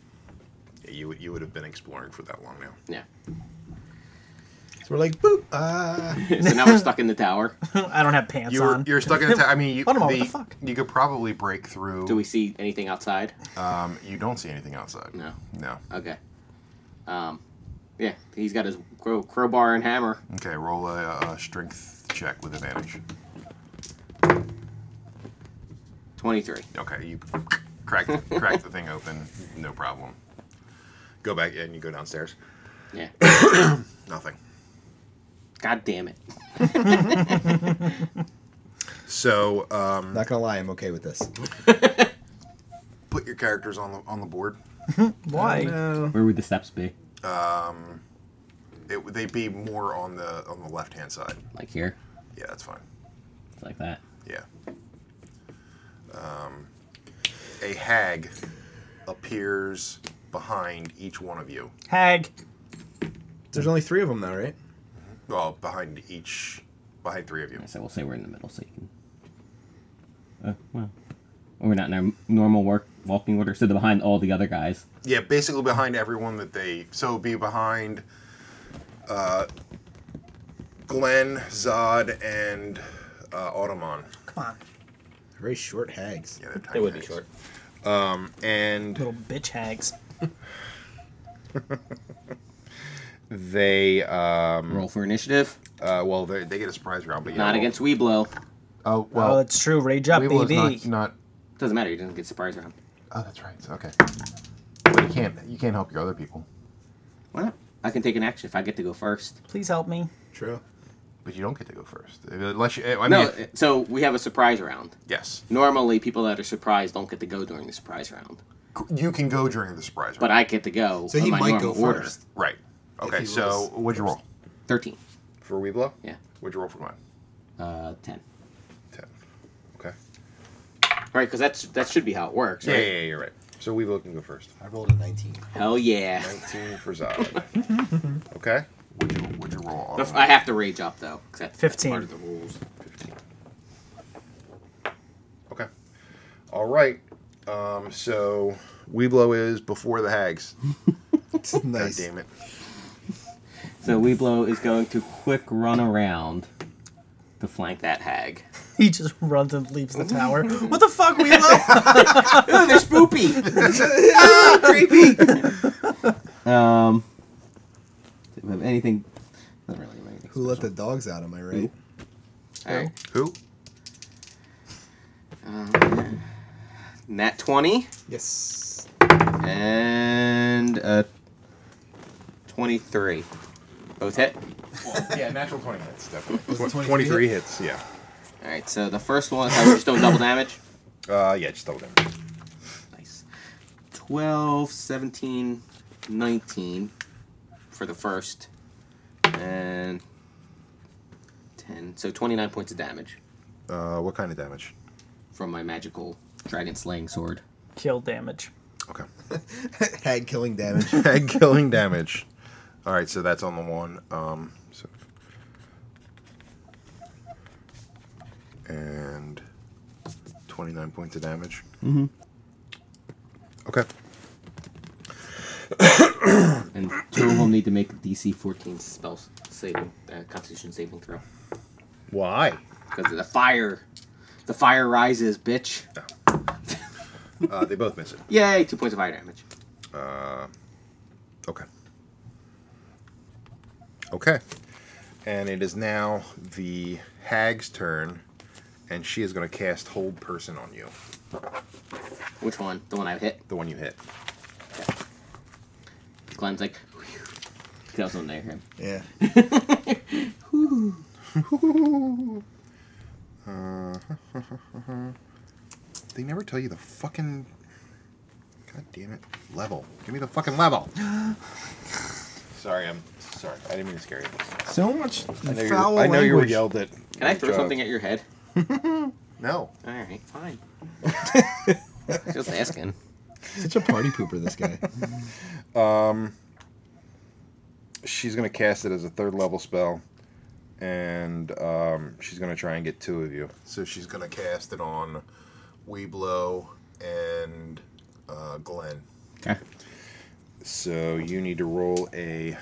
Speaker 1: Yeah, you would- you would have been exploring for that long now.
Speaker 2: Yeah.
Speaker 3: So we're like, boop. Ah.
Speaker 2: so now we're stuck in the tower.
Speaker 4: I don't have pants
Speaker 1: You were,
Speaker 4: on.
Speaker 1: you're stuck in a tower. I mean, you
Speaker 4: Hold on, what
Speaker 1: the-
Speaker 4: the fuck?
Speaker 1: you could probably break through.
Speaker 2: Do we see anything outside?
Speaker 1: Um, you don't see anything outside.
Speaker 2: No.
Speaker 1: No.
Speaker 2: Okay. Um, yeah, he's got his crow- crowbar and hammer.
Speaker 1: Okay, roll a, uh strength check with advantage.
Speaker 2: Twenty-three.
Speaker 1: Okay, you crack crack the thing open, no problem. Go back and you go downstairs.
Speaker 2: Yeah.
Speaker 1: Nothing.
Speaker 2: God damn it.
Speaker 1: So um,
Speaker 8: Not gonna lie, I'm okay with this.
Speaker 1: put your characters on the on the board.
Speaker 4: Why?
Speaker 2: Where would the steps be?
Speaker 1: It, they'd be more on the on the left hand side.
Speaker 2: Like here,
Speaker 1: Yeah, that's fine.
Speaker 2: like that.
Speaker 1: Yeah. Um, a hag appears behind each one of you.
Speaker 4: Hag.
Speaker 3: There's only three of them though, right?
Speaker 1: Well, behind each behind three of you.
Speaker 2: I said we'll say we're in the middle, so you can. Uh, well, we're not in our normal work walking order, so they're behind all the other guys.
Speaker 1: Yeah, basically behind everyone that they. So be behind uh, Glenn, Zod, and uh, Automon.
Speaker 4: Come on,
Speaker 3: Very short hags.
Speaker 1: Yeah, they're tiny
Speaker 2: They would be
Speaker 1: guys.
Speaker 2: short.
Speaker 5: and
Speaker 4: little bitch hags.
Speaker 5: they
Speaker 1: uh,
Speaker 5: um,
Speaker 2: Roll for initiative.
Speaker 5: uh, well they, they get a surprise round, but yeah,
Speaker 2: Not
Speaker 5: well-
Speaker 2: against Weeblow.
Speaker 5: Oh
Speaker 4: Oh,
Speaker 5: well,
Speaker 4: that's true. Rage up,
Speaker 5: we was
Speaker 4: baby.
Speaker 5: not, not.
Speaker 2: Doesn't matter. He doesn't get surprise round.
Speaker 5: Oh, that's right. Okay, but you can't you can't help your other people,
Speaker 2: Why not? I can take an action if I get to go first.
Speaker 4: Please help me.
Speaker 3: True.
Speaker 5: but you don't get to go first Uh, unless you. I mean,
Speaker 2: no,
Speaker 5: if-
Speaker 2: uh, so we have a surprise round.
Speaker 1: Yes.
Speaker 2: Normally, people that are surprised don't get to go during the surprise round,
Speaker 1: You can go during the surprise round.
Speaker 2: but I get to go.
Speaker 3: So
Speaker 2: in
Speaker 3: he
Speaker 2: my
Speaker 3: might go
Speaker 2: normal order.
Speaker 3: first.
Speaker 1: right. Okay,
Speaker 3: he
Speaker 1: so
Speaker 3: rolls
Speaker 1: what'd you roll?
Speaker 2: Thirteen.
Speaker 5: for Weeblow,
Speaker 2: Yeah.
Speaker 1: What'd you roll for Glenn?
Speaker 2: Uh, ten.
Speaker 5: ten. Okay.
Speaker 2: Right, because that's that should be how it works.
Speaker 5: Yeah,
Speaker 2: Right?
Speaker 5: yeah, yeah, you're right. So Weeblow can go first.
Speaker 3: I rolled a 19.
Speaker 2: Hell yeah.
Speaker 5: Nineteen for Zod. okay.
Speaker 1: What'd you, what'd you roll?
Speaker 2: The f-
Speaker 1: Automon?
Speaker 2: I have to rage up though. 'cause that's- that's
Speaker 4: 15.
Speaker 2: Part of the rules.
Speaker 5: Fifteen. Okay. All right. Um, so Weeblow is before the Hags. God
Speaker 3: nice.
Speaker 5: damn it.
Speaker 2: So Weeblow is going to quick run around to flank that hag.
Speaker 4: He just runs and leaves the tower. What the fuck, Weebo?
Speaker 2: Oh, they're spoopy. creepy. Um. do we have anything? Not really. have Anything
Speaker 3: Who let the dogs out? Am I right?
Speaker 2: special. All right.
Speaker 1: Who?
Speaker 2: Um, Nat twenty
Speaker 3: Yes.
Speaker 2: and uh, twenty-three. Both hit.
Speaker 5: yeah, natural twenty hits definitely.
Speaker 3: Was it 23
Speaker 5: Twenty-three hits. Yeah.
Speaker 2: All right. So the first one. So we're just doing double damage.
Speaker 5: Uh, yeah, just double damage.
Speaker 2: Nice. 12, 17, 19 for the first. And 10. So 29 points of damage
Speaker 5: Uh, what kind of damage?
Speaker 2: from my magical dragon slaying sword.
Speaker 4: Kill damage.
Speaker 5: Okay.
Speaker 3: Hag killing damage.
Speaker 5: Hag killing damage. All right, so that's on the one. Um, so and twenty-nine points of damage. Mm-hmm. Okay.
Speaker 2: And two of them need to make a DC 14 spell saving, uh, constitution saving throw.
Speaker 5: Why?
Speaker 2: Because of the fire. The fire rises, bitch.
Speaker 5: Uh, they both miss it.
Speaker 2: Yay, two points of fire damage.
Speaker 5: Okay. Okay. And it is now the hag's turn, and she is going to cast Hold Person on you,
Speaker 2: Which one? The one I hit?
Speaker 5: the one you hit.
Speaker 2: Glenn's like, that was on there. him.
Speaker 3: Yeah.
Speaker 5: They never tell you the fucking. God damn it. Level. Give me the fucking level. sorry, I'm sorry. I didn't mean to scare you.
Speaker 3: So much
Speaker 5: I know, you
Speaker 3: foul
Speaker 5: were- I know you were
Speaker 3: language.
Speaker 5: yelled at.
Speaker 2: Can I throw something at your head?
Speaker 5: No.
Speaker 2: All right, fine. Just asking.
Speaker 3: Such a party pooper, this guy.
Speaker 5: She's going to cast it as a third level spell, and um, she's going to try and get two of you.
Speaker 1: So she's going to cast it on Weeblow and uh, Glenn.
Speaker 2: Okay.
Speaker 5: So you need to roll a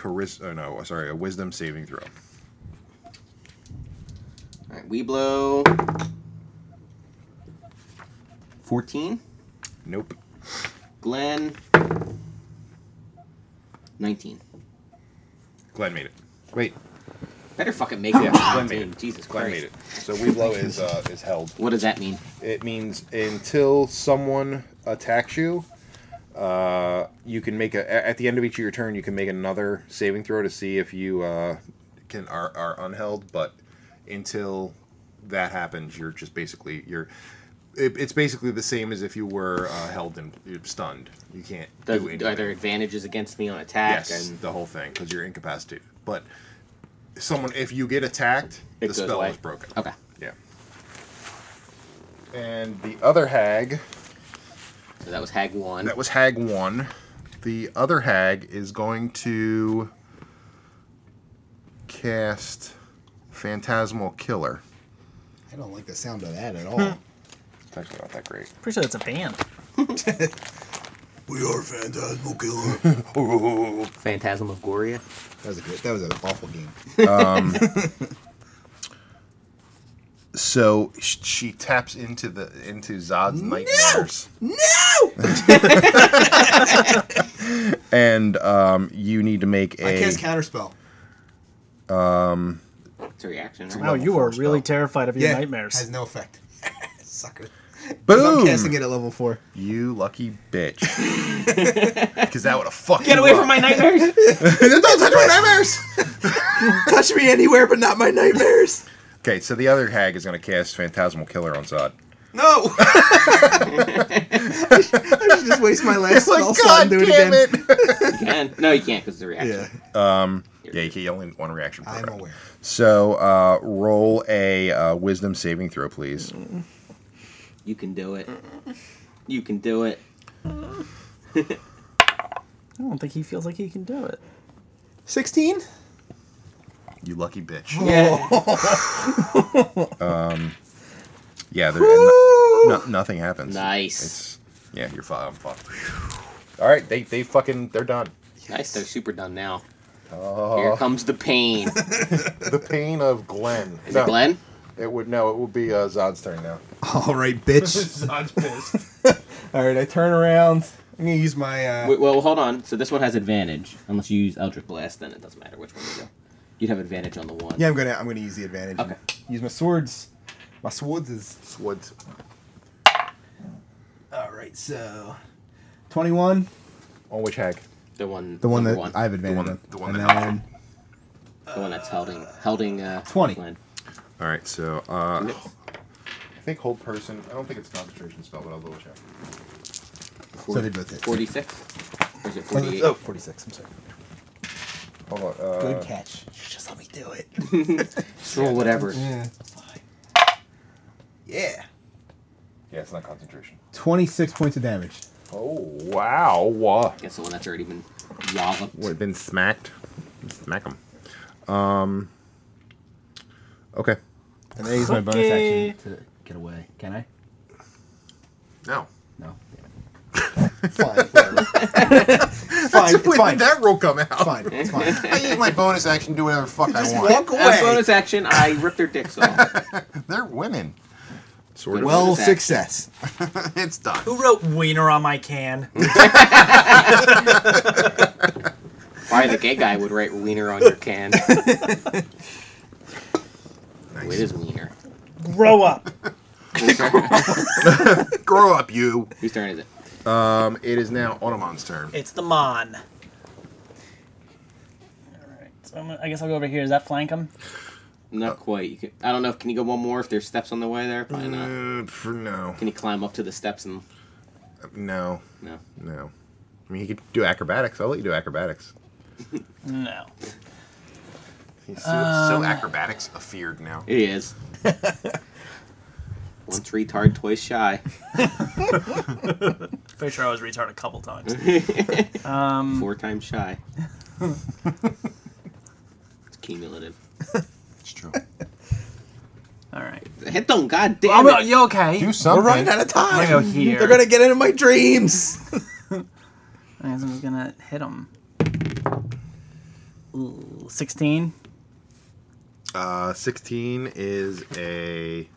Speaker 5: charis. Oh no, sorry, a wisdom saving throw.
Speaker 2: All right, we blow. Fourteen.
Speaker 5: Nope.
Speaker 2: Glenn. Nineteen.
Speaker 5: Glenn made it. Wait,
Speaker 2: Better fucking make
Speaker 5: Yeah,
Speaker 2: it.
Speaker 5: Glenn
Speaker 2: 19.
Speaker 5: made it.
Speaker 2: Jesus
Speaker 5: Glenn
Speaker 2: Christ.
Speaker 5: made it. So Weeblow is uh, is held.
Speaker 2: What does that mean?
Speaker 5: It means until someone attacks you, uh, you can make a at the end of each of your turn you can make another saving throw to see if you uh, can are, are unheld. But until that happens, you're just basically you're. It, it's basically the same as if you were uh, held and stunned. You can't
Speaker 2: Does,
Speaker 5: do anything.
Speaker 2: are there advantages against me on attack?
Speaker 5: Yes,
Speaker 2: And
Speaker 5: the whole thing because you're incapacitated. But someone, if you get attacked,
Speaker 2: It
Speaker 5: the
Speaker 2: goes
Speaker 5: spell
Speaker 2: away.
Speaker 5: is broken.
Speaker 2: okay.
Speaker 5: Yeah. And the other hag,
Speaker 2: So that was Hag one.
Speaker 5: that was hag one. The other hag is going to cast
Speaker 1: Phantasmal Killer.
Speaker 9: I don't like the sound of that at all.
Speaker 5: It's actually not that great.
Speaker 4: Pretty sure that's a band.
Speaker 9: we are Phantasmal Killer.
Speaker 2: Phantasm of Gloria.
Speaker 9: that was a good. That was an awful game.
Speaker 1: So sh- she taps into the into Zod's nightmares,
Speaker 9: No!
Speaker 5: And um, you need to make
Speaker 9: I
Speaker 5: a
Speaker 9: cast counterspell.
Speaker 2: It's a reaction. Right?
Speaker 4: Wow, you are
Speaker 1: four
Speaker 4: really
Speaker 1: spell.
Speaker 4: terrified of your
Speaker 9: Yeah,
Speaker 4: nightmares.
Speaker 9: has no effect. Sucker. 'Cause I'm
Speaker 5: boom.
Speaker 9: casting it at level four.
Speaker 1: you lucky bitch. Because that would have fucked
Speaker 2: Get
Speaker 1: you
Speaker 2: away
Speaker 1: up.
Speaker 2: from my nightmares!
Speaker 1: Don't touch my nightmares.
Speaker 9: Touch me anywhere, but not my nightmares.
Speaker 1: Okay, so the other hag is going to cast Phantasmal Killer on Zod.
Speaker 9: No. I should just waste my
Speaker 1: Oh
Speaker 9: last spell slot and do it again.
Speaker 1: it!
Speaker 2: You can. No, you can't because it's a reaction.
Speaker 9: Yeah,
Speaker 1: yeah, you can you only one reaction. Per
Speaker 9: I'm
Speaker 1: round.
Speaker 9: aware.
Speaker 1: So uh, roll a uh, Wisdom saving throw, please.
Speaker 2: You can do it. You can do it.
Speaker 4: I don't think he feels like he can do it.
Speaker 3: Sixteen.
Speaker 1: You lucky bitch.
Speaker 5: Oh.
Speaker 2: Yeah.
Speaker 1: Yeah, there, and
Speaker 9: Oh.
Speaker 1: no, no- nothing happens.
Speaker 2: nice.
Speaker 1: It's yeah, you're fine. I'm fucked. All right, they they fucking they're done.
Speaker 2: Nice. They're super done now. Here
Speaker 1: Oh,
Speaker 2: comes the pain.
Speaker 1: the pain of Glenn.
Speaker 2: Is it Glenn?
Speaker 1: It would no, it would be uh, Zod's turn now.
Speaker 9: All right, bitch.
Speaker 1: Zod's pissed.
Speaker 3: All right, I turn around. I'm gonna use my. Uh,
Speaker 2: Wait, well, hold on. So this one has advantage. Unless you use Eldritch Blast, then it doesn't matter which one you do. You'd have advantage on the one.
Speaker 9: Yeah, I'm gonna I'm gonna use the advantage. and
Speaker 2: Okay.
Speaker 3: use my swords. My swords is
Speaker 1: Swords.
Speaker 3: all right. So, twenty-one.
Speaker 1: On which hag?
Speaker 2: The one.
Speaker 9: The one
Speaker 2: number
Speaker 9: that I have advantage.
Speaker 1: The one-
Speaker 9: on.
Speaker 1: the one
Speaker 9: And
Speaker 1: that-
Speaker 9: then-
Speaker 2: The one that's holding. Holding. Uh,
Speaker 3: 20.
Speaker 2: Glenn.
Speaker 1: All right, so uh,
Speaker 2: Nips.
Speaker 1: I think hold person. I don't think it's concentration spell, but I'll double check.
Speaker 9: So they both hit.
Speaker 2: 46? Or is it
Speaker 3: Oh,
Speaker 2: 48?
Speaker 3: 46, I'm sorry.
Speaker 1: Hold on. Uh,
Speaker 3: Good catch. Just let me do it.
Speaker 2: Sure, whatever.
Speaker 3: Yeah. Yeah.
Speaker 1: Yeah, it's not concentration.
Speaker 9: 26 points of damage.
Speaker 1: Oh wow!
Speaker 2: I guess the one that's already been yavaped.
Speaker 1: Would have been smacked. Smack him. Um. Okay.
Speaker 9: And I use my bonus action to get away. Can I?
Speaker 1: No.
Speaker 9: No. Damn it.
Speaker 3: Fine. whatever.
Speaker 9: Fine. It's
Speaker 1: When
Speaker 9: fine.
Speaker 1: did that rule come out?
Speaker 9: It's fine. It's fine.
Speaker 1: I use my bonus action to do whatever the fuck I want.
Speaker 9: Walk
Speaker 2: As
Speaker 9: away.
Speaker 2: bonus action, I ripped their dicks off.
Speaker 1: They're women. Sort
Speaker 2: of.
Speaker 9: Well,
Speaker 2: Bonus action.
Speaker 9: success.
Speaker 1: it's done.
Speaker 4: Who wrote wiener on my can?
Speaker 2: Why the gay guy would write wiener on your can. Oh, it is wiener.
Speaker 4: Grow up.
Speaker 2: Whose turn-
Speaker 1: Grow up, you.
Speaker 2: Whose turn is it?
Speaker 1: Um, it is now Automon's turn.
Speaker 4: It's the Mon. Alright, so I'm gonna- I guess I'll go over here. Does that flank him?
Speaker 1: Uh.
Speaker 2: Not quite. You could, I don't know. if Can you go one more if there's steps on the way there? Probably not.
Speaker 1: Uh, for no,
Speaker 2: Can you climb up to the steps and.
Speaker 1: no,
Speaker 2: No.
Speaker 1: no. I mean, you could do acrobatics. I'll let you do acrobatics.
Speaker 4: No.
Speaker 1: He's so, so
Speaker 2: Um,
Speaker 1: acrobatics feared now.
Speaker 2: It is. Once retard, twice shy.
Speaker 4: Pretty sure I was retarded a couple times.
Speaker 2: Four times shy. it's cumulative.
Speaker 1: It's true.
Speaker 4: Alright.
Speaker 2: Hit them, god damn
Speaker 4: I'm,
Speaker 2: it!
Speaker 4: you okay?
Speaker 1: Do something.
Speaker 9: Running out of
Speaker 4: I'm
Speaker 9: time.
Speaker 4: gonna go here.
Speaker 9: They're gonna get into my dreams.
Speaker 4: I guess I'm just gonna hit him. Ooh, 16.
Speaker 1: Uh, sixteen is a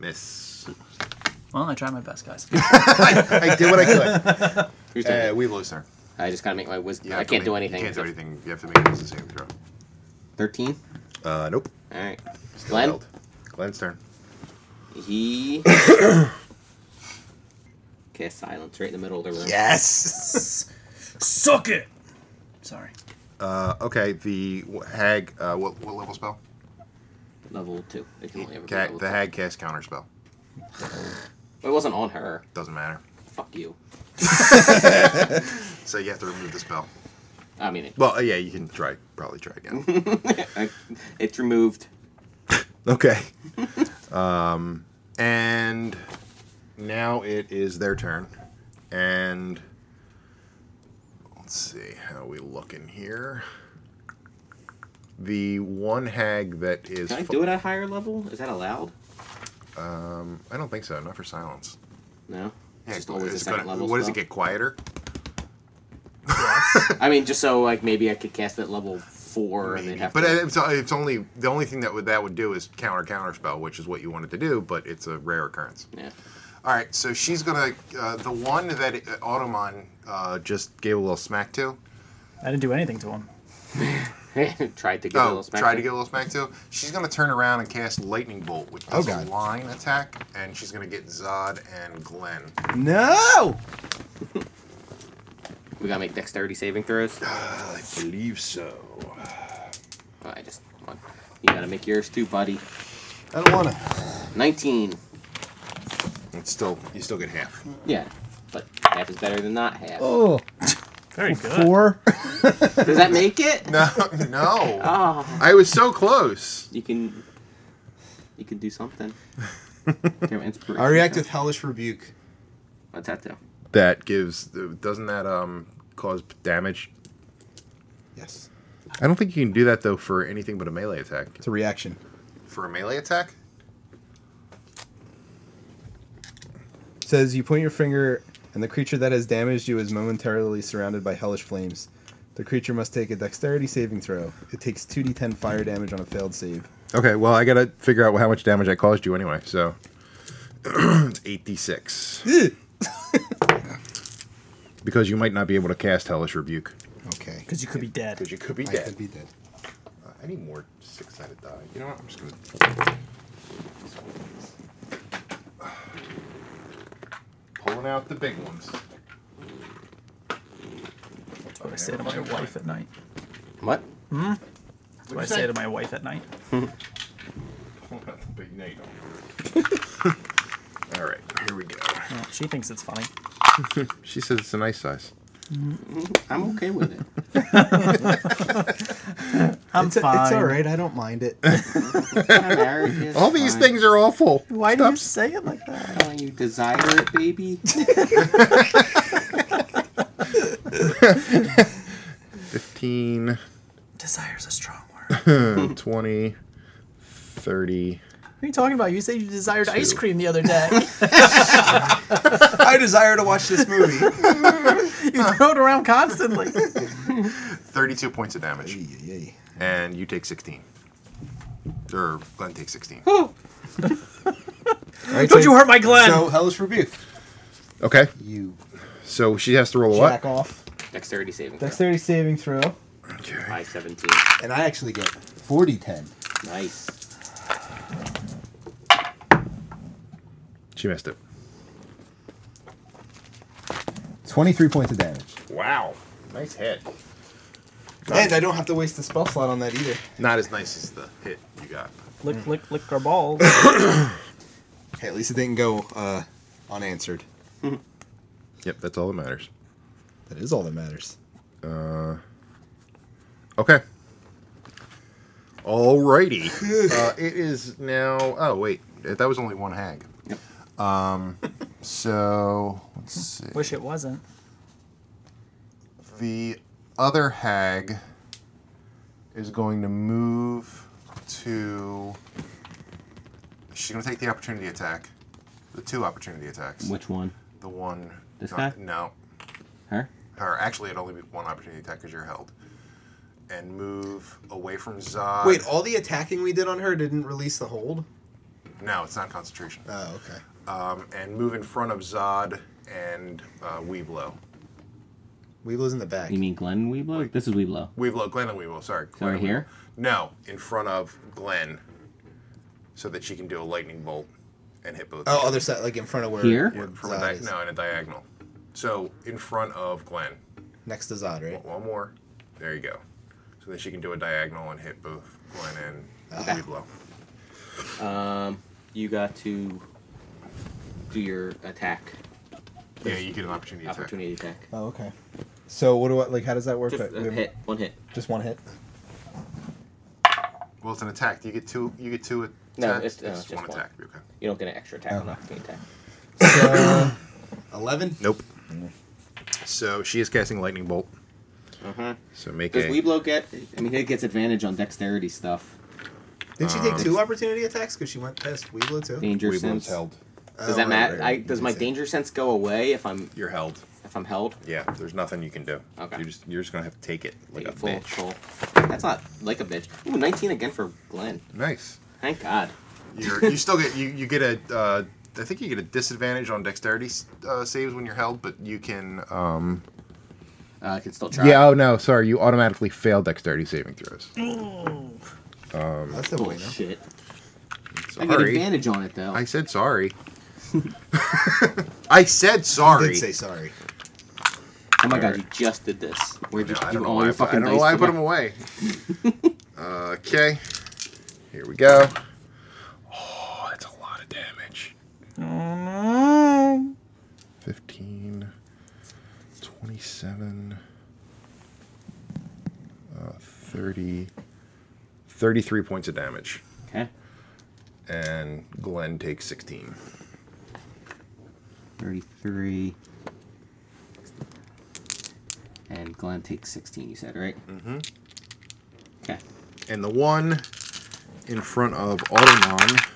Speaker 1: miss.
Speaker 4: Well, I tried my best, guys.
Speaker 1: I, I did what I
Speaker 2: Who's
Speaker 1: could.
Speaker 2: turn?
Speaker 1: Uh, we lose her.
Speaker 2: I just gotta make my wisdom. I
Speaker 1: have to
Speaker 2: can't do
Speaker 1: make- you
Speaker 2: anything.
Speaker 1: Can't do anything. You have to make it as the same throw.
Speaker 2: Thirteen.
Speaker 1: Uh, nope.
Speaker 2: All right. Glenn.
Speaker 1: Failed. Glenn's turn.
Speaker 2: He. Cast silence right in the middle of the room.
Speaker 9: Yes.
Speaker 4: Suck it! Sorry.
Speaker 1: Uh, okay. The w- hag. Uh, what what level spell?
Speaker 2: Level two. It can only ever be
Speaker 1: Ca-
Speaker 2: level
Speaker 1: the
Speaker 2: two.
Speaker 1: hag cast counter spell.
Speaker 2: It wasn't on her.
Speaker 1: Doesn't matter.
Speaker 2: Fuck you.
Speaker 1: So you have to remove the spell.
Speaker 2: I mean, it,
Speaker 1: Well, uh, yeah, you can try. Probably try again.
Speaker 2: I, it's removed.
Speaker 1: okay. Um, and now it is their turn, and let's see how we looking here.
Speaker 5: The one hag that is.
Speaker 2: Can I
Speaker 5: fu-
Speaker 2: do it at higher level? Is that allowed?
Speaker 5: Um, I don't think so. Not for silence.
Speaker 2: No.
Speaker 1: Yeah,
Speaker 2: just always a
Speaker 1: it's
Speaker 2: second
Speaker 1: gonna-
Speaker 2: level.
Speaker 1: What does
Speaker 2: spell.
Speaker 1: it get quieter?
Speaker 2: I mean, just so like maybe I could cast at level four and they'd
Speaker 1: Maybe.
Speaker 2: have
Speaker 1: But
Speaker 2: to.
Speaker 1: it's, it's only the only thing that would that would do is counter counter spell, which is what you wanted to do, but it's a rare occurrence.
Speaker 2: yeah.
Speaker 1: All right, so she's gonna uh, the one that uh, Automon uh, just gave a little smack to.
Speaker 4: I didn't do anything to him.
Speaker 2: tried to get a
Speaker 1: Oh,
Speaker 2: little smack.
Speaker 1: tried to get a little smack to. She's gonna turn around and cast lightning bolt, which does a
Speaker 3: God.
Speaker 1: line attack, and she's gonna get Zod and Glenn.
Speaker 3: No.
Speaker 2: We gotta make dexterity saving throws. Oh,
Speaker 5: I believe so.
Speaker 2: I just come on. You gotta make yours too, buddy.
Speaker 3: I don't want to.
Speaker 2: Nineteen.
Speaker 1: It's still you still get half.
Speaker 2: Yeah, but half is better than not half.
Speaker 3: Oh,
Speaker 4: Very good.
Speaker 3: four.
Speaker 2: Does that make it?
Speaker 1: No, no.
Speaker 2: Oh,
Speaker 1: I was so close.
Speaker 2: you can. You can do something. Damn, inspiration.
Speaker 3: I react with hellish rebuke.
Speaker 2: What's that do?
Speaker 5: That gives. Doesn't that um cause damage?
Speaker 3: Yes,
Speaker 5: I don't think you can do that though for anything but a melee attack.
Speaker 3: it's a reaction.
Speaker 1: For a melee attack?
Speaker 3: says you point your finger, and the creature that has damaged you is momentarily surrounded by hellish flames. The creature must take a dexterity saving throw. It takes 2d10 fire damage on a failed save.
Speaker 5: Okay, well I gotta figure out how much damage I caused you anyway. So it's eight d six because you might not be able to cast Hellish Rebuke.
Speaker 3: Okay.
Speaker 4: Because you could be dead.
Speaker 5: Because you could be
Speaker 3: I
Speaker 5: dead.
Speaker 3: could be dead.
Speaker 5: Uh, I need more six sided die. You know what? I'm just gonna. Pulling out the big ones.
Speaker 4: That's what I say to my wife at night.
Speaker 2: What?
Speaker 4: That's what I say to my wife at night.
Speaker 5: Pulling out the big nade. All right, here we go.
Speaker 4: Well, she thinks it's funny.
Speaker 5: She says it's a nice size.
Speaker 2: I'm okay with it.
Speaker 4: I'm
Speaker 3: It's,
Speaker 4: fine.
Speaker 3: all right. I don't mind it.
Speaker 2: My marriage is
Speaker 5: All these
Speaker 2: fine.
Speaker 5: things are awful.
Speaker 4: Why do
Speaker 5: Stop
Speaker 4: you say it like that?
Speaker 2: Oh, you desire it, baby.
Speaker 5: Fifteen.
Speaker 4: Desire's a strong word.
Speaker 5: 20, 30.
Speaker 4: What are you talking about? You said you desired ice cream the other day.
Speaker 3: I desire to watch this movie.
Speaker 4: you throw it around constantly.
Speaker 1: Thirty-two points of damage,
Speaker 3: Yay.
Speaker 1: and you take sixteen. Or Glenn takes sixteen.
Speaker 3: All right,
Speaker 4: Don't
Speaker 3: so-
Speaker 4: you hurt my Glenn.
Speaker 3: So hellish rebuke.
Speaker 5: Okay,
Speaker 3: You
Speaker 5: so she has to roll a
Speaker 3: jack
Speaker 5: what?
Speaker 3: off.
Speaker 2: Dexterity saving. throw.
Speaker 3: Dexterity saving throw.
Speaker 2: Five seventeen.
Speaker 10: And I actually get 40 10.
Speaker 2: Nice.
Speaker 5: She missed it.
Speaker 10: 23 points of damage.
Speaker 5: Wow, nice hit.
Speaker 3: And I don't have to waste the spell slot on that either.
Speaker 1: Not as nice as the hit you got.
Speaker 4: lick, lick, lick our balls.
Speaker 3: Hey, at least it didn't go uh, unanswered.
Speaker 5: Yep, that's all that matters.
Speaker 3: That is all that matters.
Speaker 5: Okay. Alrighty. uh, it is now. Oh wait, that was only one hag. Um, so let's see.
Speaker 4: Wish it wasn't.
Speaker 1: The other hag is going to move to. She's going to take the opportunity attack. The two opportunity attacks.
Speaker 2: Which one?
Speaker 1: The one.
Speaker 2: This
Speaker 1: not-
Speaker 2: guy?
Speaker 1: No.
Speaker 2: Her?
Speaker 1: Her. Actually, it'd only be one opportunity attack because you're held. And move away from Zod.
Speaker 3: Wait, all the attacking we did on her didn't release the hold?
Speaker 1: No, it's not concentration.
Speaker 3: Oh, okay.
Speaker 1: Um, and move in front of Zod and uh, Weeblow.
Speaker 3: Weevil's in the back.
Speaker 2: You mean Glenn Weeblow? This is Weeblow.
Speaker 1: Weeblow, Glenn and Weeblow, sorry.
Speaker 2: So
Speaker 1: Glenn
Speaker 2: right
Speaker 1: and Weeblow.
Speaker 2: here.
Speaker 1: No, in front of Glenn, so that she can do a lightning bolt and hit both.
Speaker 3: Oh, other side, like in front of where
Speaker 2: Here?
Speaker 3: where
Speaker 1: Yeah, from a
Speaker 3: Zod
Speaker 1: di-
Speaker 3: is.
Speaker 1: no, in a diagonal. So in front of Glenn,
Speaker 3: next to Zod, right?
Speaker 1: one more. There you go. So then she can do a diagonal and hit both Glenn and Weeblow.
Speaker 2: Um, you got to do your attack,
Speaker 1: Yeah, you get an opportunity attack.
Speaker 2: opportunity attack.
Speaker 3: Oh, okay. So what do I like? How does that work?
Speaker 2: Just
Speaker 3: We
Speaker 2: a
Speaker 3: have-
Speaker 2: hit, one hit.
Speaker 3: Just one hit.
Speaker 1: Well, it's an attack. Do you get two? You get two attacks.
Speaker 2: No, it's- no, it's
Speaker 1: one
Speaker 2: just one.
Speaker 1: attack. Okay.
Speaker 2: You don't get an extra attack, an opportunity attack.
Speaker 3: So, Eleven.
Speaker 2: Mm-hmm.
Speaker 1: Nope. So she is casting lightning bolt.
Speaker 2: Uh-huh.
Speaker 5: So make
Speaker 2: Does
Speaker 5: a.
Speaker 2: Weeblo get? I mean, it gets advantage on dexterity stuff.
Speaker 11: Did she take
Speaker 5: Um,
Speaker 11: two opportunity attacks because she went past Weeblo too?
Speaker 2: Danger
Speaker 5: Weeblo's
Speaker 2: sense.
Speaker 5: held.
Speaker 11: Oh,
Speaker 2: Does that
Speaker 11: right,
Speaker 2: matter?
Speaker 11: right, right.
Speaker 2: I, does my
Speaker 11: Makes sense.
Speaker 2: danger sense go away if I'm
Speaker 5: You're held.
Speaker 2: if I'm held?
Speaker 5: Yeah, there's nothing you can do.
Speaker 2: Okay.
Speaker 5: You're just you're just gonna have to take it like
Speaker 2: Take
Speaker 5: a
Speaker 2: it full,
Speaker 5: bitch.
Speaker 2: full. That's not like a bitch. Ooh, 19 again for Glenn.
Speaker 5: Nice.
Speaker 2: Thank God.
Speaker 1: You're, you still get you, you get a uh, I think you get a disadvantage on dexterity uh, saves when you're held, but you can um,
Speaker 2: Uh, I can still try.
Speaker 5: Yeah. Oh no. Sorry. You automatically fail dexterity saving throws.
Speaker 11: That's the way. no?
Speaker 2: Bullshit. I get
Speaker 5: Sorry.
Speaker 2: advantage on it though.
Speaker 5: I said sorry. I said sorry.
Speaker 11: Did say sorry.
Speaker 2: oh my God, you just did this. Where
Speaker 5: No,
Speaker 2: just
Speaker 5: I
Speaker 2: you
Speaker 5: don't know
Speaker 2: all
Speaker 5: why I
Speaker 2: your
Speaker 5: put- I
Speaker 2: fucking
Speaker 5: don't know why I
Speaker 2: dice
Speaker 5: put them
Speaker 2: together.
Speaker 5: away. uh, okay. Here we go. Oh, that's a lot of damage. 15, 27, uh, 30, 33 points of damage.
Speaker 2: Okay.
Speaker 5: And Glenn takes 16.
Speaker 2: 33. And Glenn takes 16, you said, right? Mm-hmm. Okay.
Speaker 5: And the one in front of Autonon.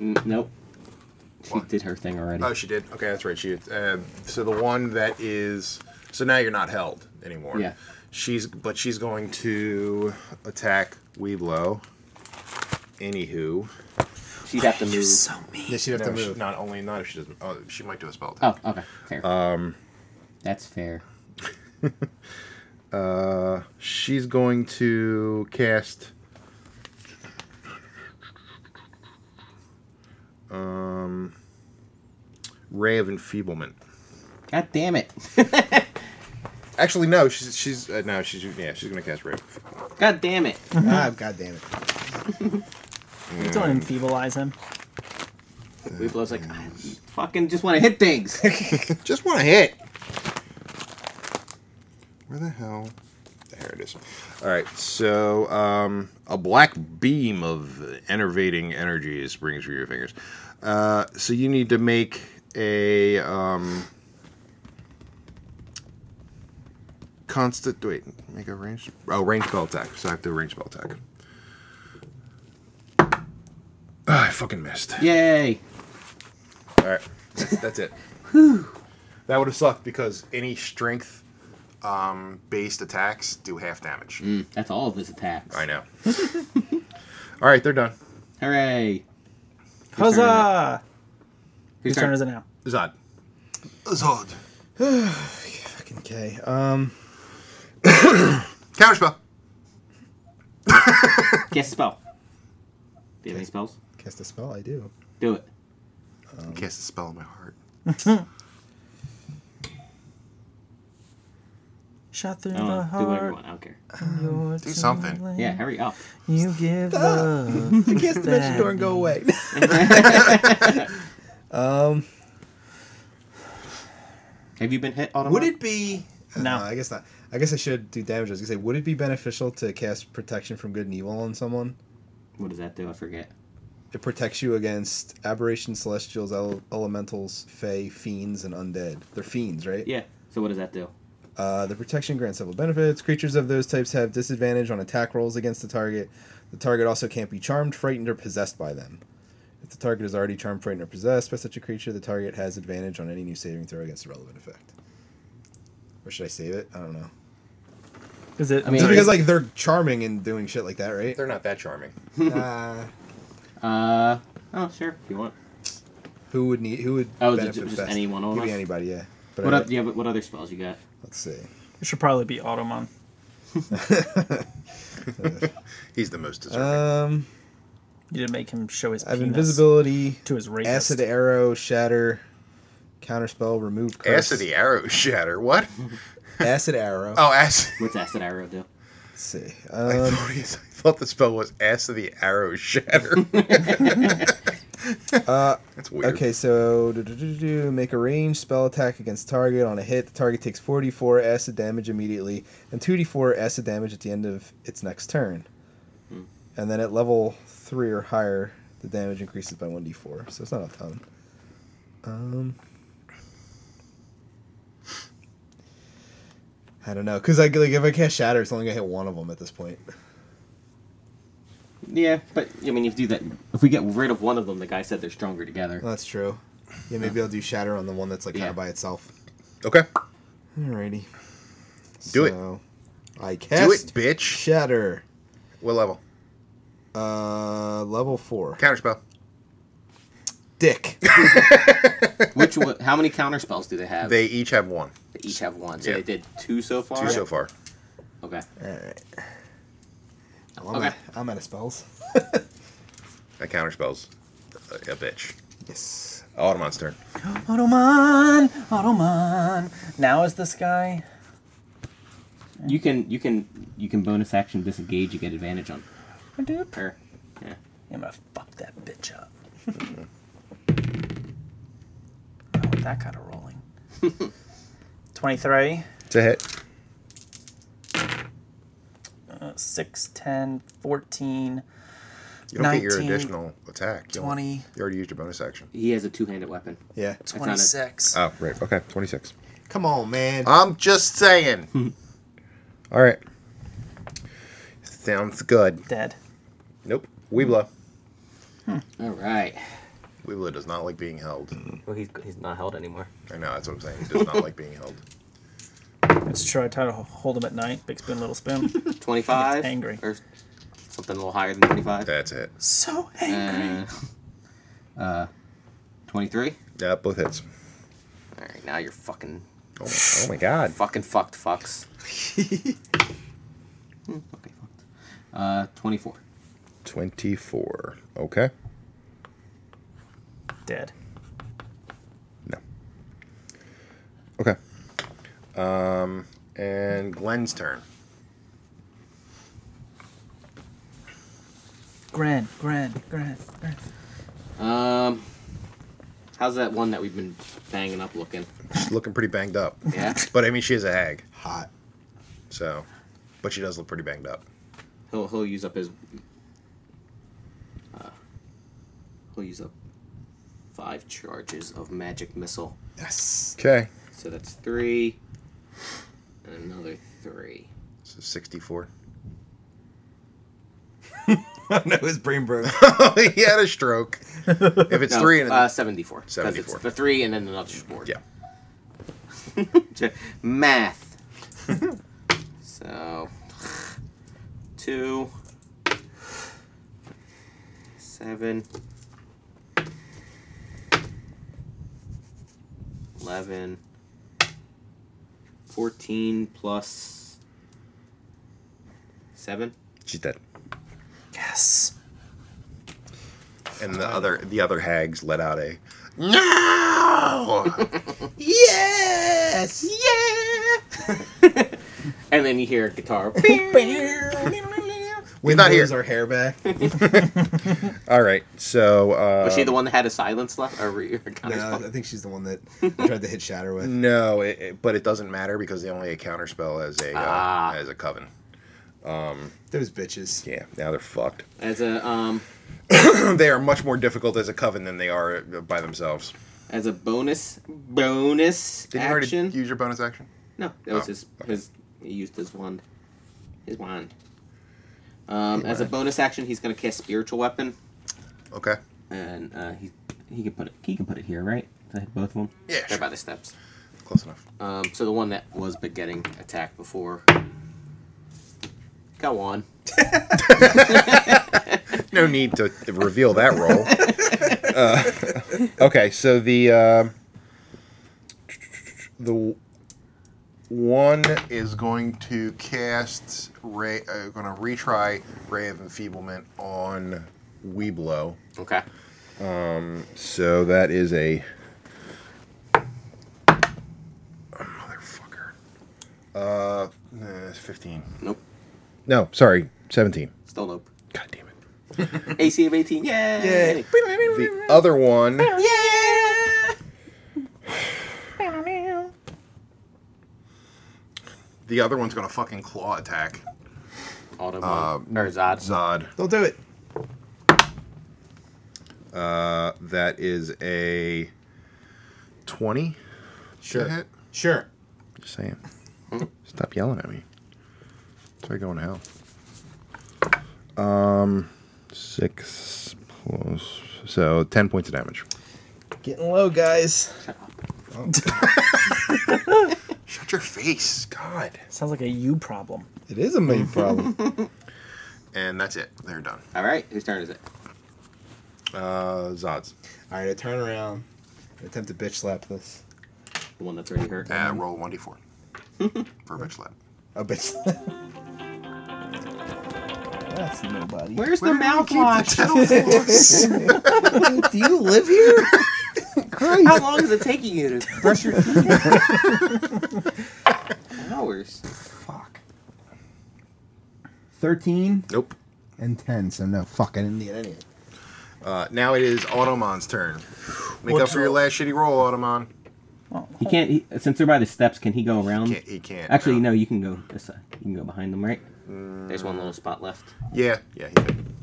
Speaker 2: N- nope. She did her thing already.
Speaker 5: Oh, she did. Okay, that's right. She. Uh, so the one that is. So now you're not held anymore.
Speaker 2: Yeah.
Speaker 5: She's. But she's going to attack Weeblo. Anywho.
Speaker 2: She'd have to move.
Speaker 11: Yeah, she'd have
Speaker 5: No,
Speaker 11: to
Speaker 5: she-
Speaker 11: move.
Speaker 5: not only not if she doesn't. Oh, she might do a spell attack.
Speaker 2: Oh, okay. Fair. Um, That's fair.
Speaker 5: Uh, she's going to cast. Um. Ray of enfeeblement.
Speaker 2: God damn it.
Speaker 5: Actually, no. She's she's uh, no. She's yeah. She's gonna cast Ray. of Enfeeblement.
Speaker 2: God damn it.
Speaker 11: ah, God damn it.
Speaker 4: You don't enfeebleize him.
Speaker 2: We blows like, I fucking just want to hit things.
Speaker 5: Just want to hit. Where the hell? There it is. All right, so um, a black beam of enervating energy springs from your fingers. Uh, so you need to make a um, constant. Wait, make a range. Oh, range spell attack. So I have to range spell attack. Ah, I fucking missed.
Speaker 2: Yay.
Speaker 5: All right, that's, that's it. That would have sucked because any strength um, based attacks do half damage.
Speaker 2: Hmm, That's all of his attacks.
Speaker 5: I know. All right, they're done.
Speaker 2: Hooray.
Speaker 4: Huzzah!
Speaker 2: Who's
Speaker 4: Whose turn is it now?
Speaker 5: Zod.
Speaker 1: Zod
Speaker 3: Fucking okay. Um,
Speaker 1: counterspell.
Speaker 2: Guess a spell. Do you have any spells?
Speaker 3: cast a spell. I do.
Speaker 2: Do it.
Speaker 1: Cast a spell in my heart.
Speaker 4: Shot through
Speaker 2: I don't
Speaker 4: the
Speaker 2: know. Oh, Do whatever you
Speaker 4: heart.
Speaker 2: want. I don't care.
Speaker 4: your
Speaker 1: Do something.
Speaker 4: tingling.
Speaker 2: Yeah, hurry up.
Speaker 4: You give love.
Speaker 3: I cast the dimension door and go away. um,
Speaker 2: Have you been hit, Autumn?
Speaker 11: Would it be?
Speaker 4: No.
Speaker 3: uh, I guess not. I guess I should do damage. I was gonna say, would it be beneficial to cast protection from good and evil on someone?
Speaker 2: What does that do? I forget.
Speaker 3: It protects you against aberration, celestials, ele- elementals, fey, fiends, and undead. They're fiends, right?
Speaker 2: Yeah. So what does that do?
Speaker 3: Uh, the protection grants several benefits. Creatures of those types have disadvantage on attack rolls against the target. The target also can't be charmed, frightened, or possessed by them. If the target is already charmed, frightened, or possessed by such a creature, the target has advantage on any new saving throw against the relevant effect. Or should I save it? I don't know.
Speaker 4: Is it?
Speaker 2: I mean-
Speaker 3: Just because like they're charming and doing shit like that, right?
Speaker 5: They're not that charming.
Speaker 11: Uh,
Speaker 2: Uh, oh, sure, if you want.
Speaker 3: Who would need? Who would
Speaker 2: Oh, is it
Speaker 3: benefit
Speaker 2: just
Speaker 3: best?
Speaker 2: anyone on
Speaker 3: Could be
Speaker 2: us?
Speaker 3: anybody, yeah. But
Speaker 2: What,
Speaker 3: I-
Speaker 2: oth- yeah, but what other spells you got?
Speaker 3: let's see.
Speaker 4: it should probably be Automon.
Speaker 5: He's the most deserving.
Speaker 3: Um,
Speaker 4: You did make him show his
Speaker 3: I have
Speaker 4: penis
Speaker 3: invisibility,
Speaker 4: to his rapist.
Speaker 3: acid arrow, shatter, counterspell, remove curse.
Speaker 5: acid the arrow shatter. What?
Speaker 3: acid arrow.
Speaker 5: Oh, acid.
Speaker 2: What's acid arrow do?
Speaker 3: Let's see.
Speaker 5: I,
Speaker 3: Um,
Speaker 5: thought he- I thought the spell was acid the arrow shatter.
Speaker 3: uh,
Speaker 5: That's weird.
Speaker 3: okay, so do, do, do, do, make a range spell attack against target on a hit. The target takes 44 acid damage immediately and 2d4 acid damage at the end of its next turn.
Speaker 5: Hmm.
Speaker 3: And then at level 3 or higher, the damage increases by 1d4, so it's not a ton. Um,
Speaker 12: I don't know, cause I like if I cast Shatter, it's only gonna hit one of them at this point.
Speaker 2: Yeah, but I mean, if you do that, if we get rid of one of them, the guy said they're stronger together.
Speaker 12: That's true.
Speaker 3: Yeah, maybe I'll do shatter on the one that's like kind
Speaker 2: Yeah.
Speaker 3: of by itself.
Speaker 1: Okay.
Speaker 12: Alrighty.
Speaker 1: Do it.
Speaker 12: so, it. I
Speaker 1: Do it,
Speaker 12: cast
Speaker 1: bitch.
Speaker 12: Shatter.
Speaker 1: What level?
Speaker 12: Uh, level four.
Speaker 1: Counterspell.
Speaker 12: Dick.
Speaker 2: Which one, how many counter spells do they have?
Speaker 1: They each have one.
Speaker 2: They each have one, so
Speaker 1: Yeah.
Speaker 2: they did two so far.
Speaker 1: Two so far.
Speaker 2: Okay.
Speaker 3: I'm,
Speaker 2: Okay.
Speaker 3: out, I'm out of spells.
Speaker 1: That counterspells a, a bitch.
Speaker 12: yes.
Speaker 1: Automon's turn.
Speaker 4: Automan, Automan. Now is this guy?
Speaker 2: You can you can you can bonus action disengage. You get advantage on her. Yeah.
Speaker 4: I'm gonna fuck that bitch up. I want that kind of rolling. 23,
Speaker 1: It's a hit.
Speaker 4: uh, 6, 10, 14,
Speaker 1: You don't get your
Speaker 4: 19,
Speaker 1: additional attack. You don't-
Speaker 4: 20,
Speaker 1: You already used your bonus action.
Speaker 2: He has a two-handed weapon.
Speaker 12: Yeah.
Speaker 2: not it.
Speaker 4: 26.
Speaker 1: Oh, right. Okay. 26.
Speaker 3: Come on, man.
Speaker 1: I'm just saying. All right. Sounds good.
Speaker 4: Dead.
Speaker 1: Nope. Weebla.
Speaker 2: All right.
Speaker 1: Weebla does not like being held.
Speaker 2: Well, he's he's not held anymore.
Speaker 1: I know. That's what I'm saying. He does not like being held.
Speaker 4: It's true. I try to h- hold him at night. Big spoon, little spoon.
Speaker 2: Twenty-five.
Speaker 4: angry.
Speaker 2: Or something a little higher than twenty-five.
Speaker 1: That's it.
Speaker 4: so
Speaker 1: Eh.
Speaker 4: angry.
Speaker 2: Uh, uh, twenty-three.
Speaker 1: Yeah, both hits.
Speaker 2: All right. Now you're fucking
Speaker 1: Oh, oh my god.
Speaker 2: fucking fucked, fucks. Hmm, okay, fucked. Uh, twenty-four.
Speaker 1: 24. Okay.
Speaker 4: Dead.
Speaker 1: No. Okay. Um, and Glenn's turn.
Speaker 4: Grin, grin, grin, grin.
Speaker 2: Um, how's that one that we've been banging up looking?
Speaker 1: She's looking pretty banged up.
Speaker 2: Yeah,
Speaker 1: But I mean, she is a hag,
Speaker 3: Hot.
Speaker 1: so. But she does look pretty banged up.
Speaker 2: he'll he'll use up his. Uh, he'll use up five charges of magic missile,
Speaker 3: Yes.
Speaker 1: Okay.
Speaker 2: so that's three, and another three.
Speaker 1: So 64.
Speaker 3: no, his brain broke.
Speaker 1: he had a stroke. If it's
Speaker 2: No,
Speaker 1: three and
Speaker 2: uh, seventy-four. 'cause
Speaker 1: 74.
Speaker 2: It's the three and then another score.
Speaker 1: yeah,
Speaker 2: Math. so, two, seven, eleven, fourteen plus seven.
Speaker 1: she's dead.
Speaker 4: Yes.
Speaker 1: And the other the other hags let out a no.
Speaker 3: yes.
Speaker 2: And then you hear a guitar.
Speaker 1: He's not here.
Speaker 3: Blows our hair back.
Speaker 1: All right, so uh,
Speaker 2: Was she the one that had a silence left? Or were you
Speaker 3: No, I think she's the one that I tried to hit shatter
Speaker 1: Mm.
Speaker 3: with.
Speaker 1: No, it, it- but it doesn't matter because they only a counterspell as a uh,
Speaker 2: Ah.
Speaker 1: as a coven.
Speaker 3: Those bitches.
Speaker 1: Yeah, now they're fucked.
Speaker 2: As a um.
Speaker 1: they are much more difficult as a coven than they are by themselves.
Speaker 2: as a bonus bonus
Speaker 1: Did you
Speaker 2: action.
Speaker 1: already use your bonus action?
Speaker 2: no, that was
Speaker 1: Oh,
Speaker 2: his his he used his wand. His wand. Um, as a bonus action, he's gonna cast spiritual weapon,
Speaker 1: Okay.
Speaker 2: and uh, he he can put it he can put it here, right? Did I hit both of them.
Speaker 1: Yeah,
Speaker 2: They're
Speaker 1: sure.
Speaker 2: by the steps.
Speaker 1: Close enough.
Speaker 2: Um, so the one that was been getting attacked before. Go on.
Speaker 1: No need to reveal that roll. uh, okay, so the um the one is going to cast ray. Uh, going to retry ray of enfeeblement on Weeblow.
Speaker 2: Okay.
Speaker 1: So that is a motherfucker. Uh, eh, fifteen.
Speaker 2: Nope.
Speaker 1: No, sorry, seventeen.
Speaker 2: Still nope.
Speaker 1: God damn it.
Speaker 2: AC of eighteen. Yay.
Speaker 1: The other one.
Speaker 2: Yeah.
Speaker 1: The other one's gonna fucking claw attack.
Speaker 2: Autumn.
Speaker 1: Uh,
Speaker 2: or Zod.
Speaker 1: Zod.
Speaker 3: Don't do it.
Speaker 1: Uh, that is a twenty.
Speaker 3: Sure.
Speaker 1: hit?
Speaker 3: Sure.
Speaker 1: Just saying. Stop yelling at me. Try going to hell. Um, six plus so ten points of damage.
Speaker 5: Getting low, guys.
Speaker 1: Shut your face, God.
Speaker 4: Sounds like a you problem.
Speaker 5: It is a main problem.
Speaker 1: And that's it. They're done.
Speaker 2: All right, whose turn is it?
Speaker 1: Uh, Zods.
Speaker 3: All right, I turn around and attempt to bitch slap this.
Speaker 2: The one that's already hurt.
Speaker 1: Uh, roll one d four for bitch slap.
Speaker 3: Oh, bitch slap.
Speaker 13: That's nobody.
Speaker 2: Where's the mouthwash?
Speaker 13: do you live here?
Speaker 2: How long is it taking you to brush your teeth? Hours.
Speaker 13: Fuck. Thirteen
Speaker 1: Nope.
Speaker 3: And 10, so no, fuck, I didn't need any of it.
Speaker 1: Uh, now it is Automon's turn. Make up
Speaker 4: What's
Speaker 1: for your
Speaker 4: up?
Speaker 1: last shitty roll, Automon.
Speaker 14: He can't. He, since they're by the steps, can he go around?
Speaker 1: Can't, he can't.
Speaker 14: Actually, no. You can go this side. You can go behind them, right?
Speaker 2: Mm. There's one little spot left.
Speaker 1: Yeah, yeah, he can.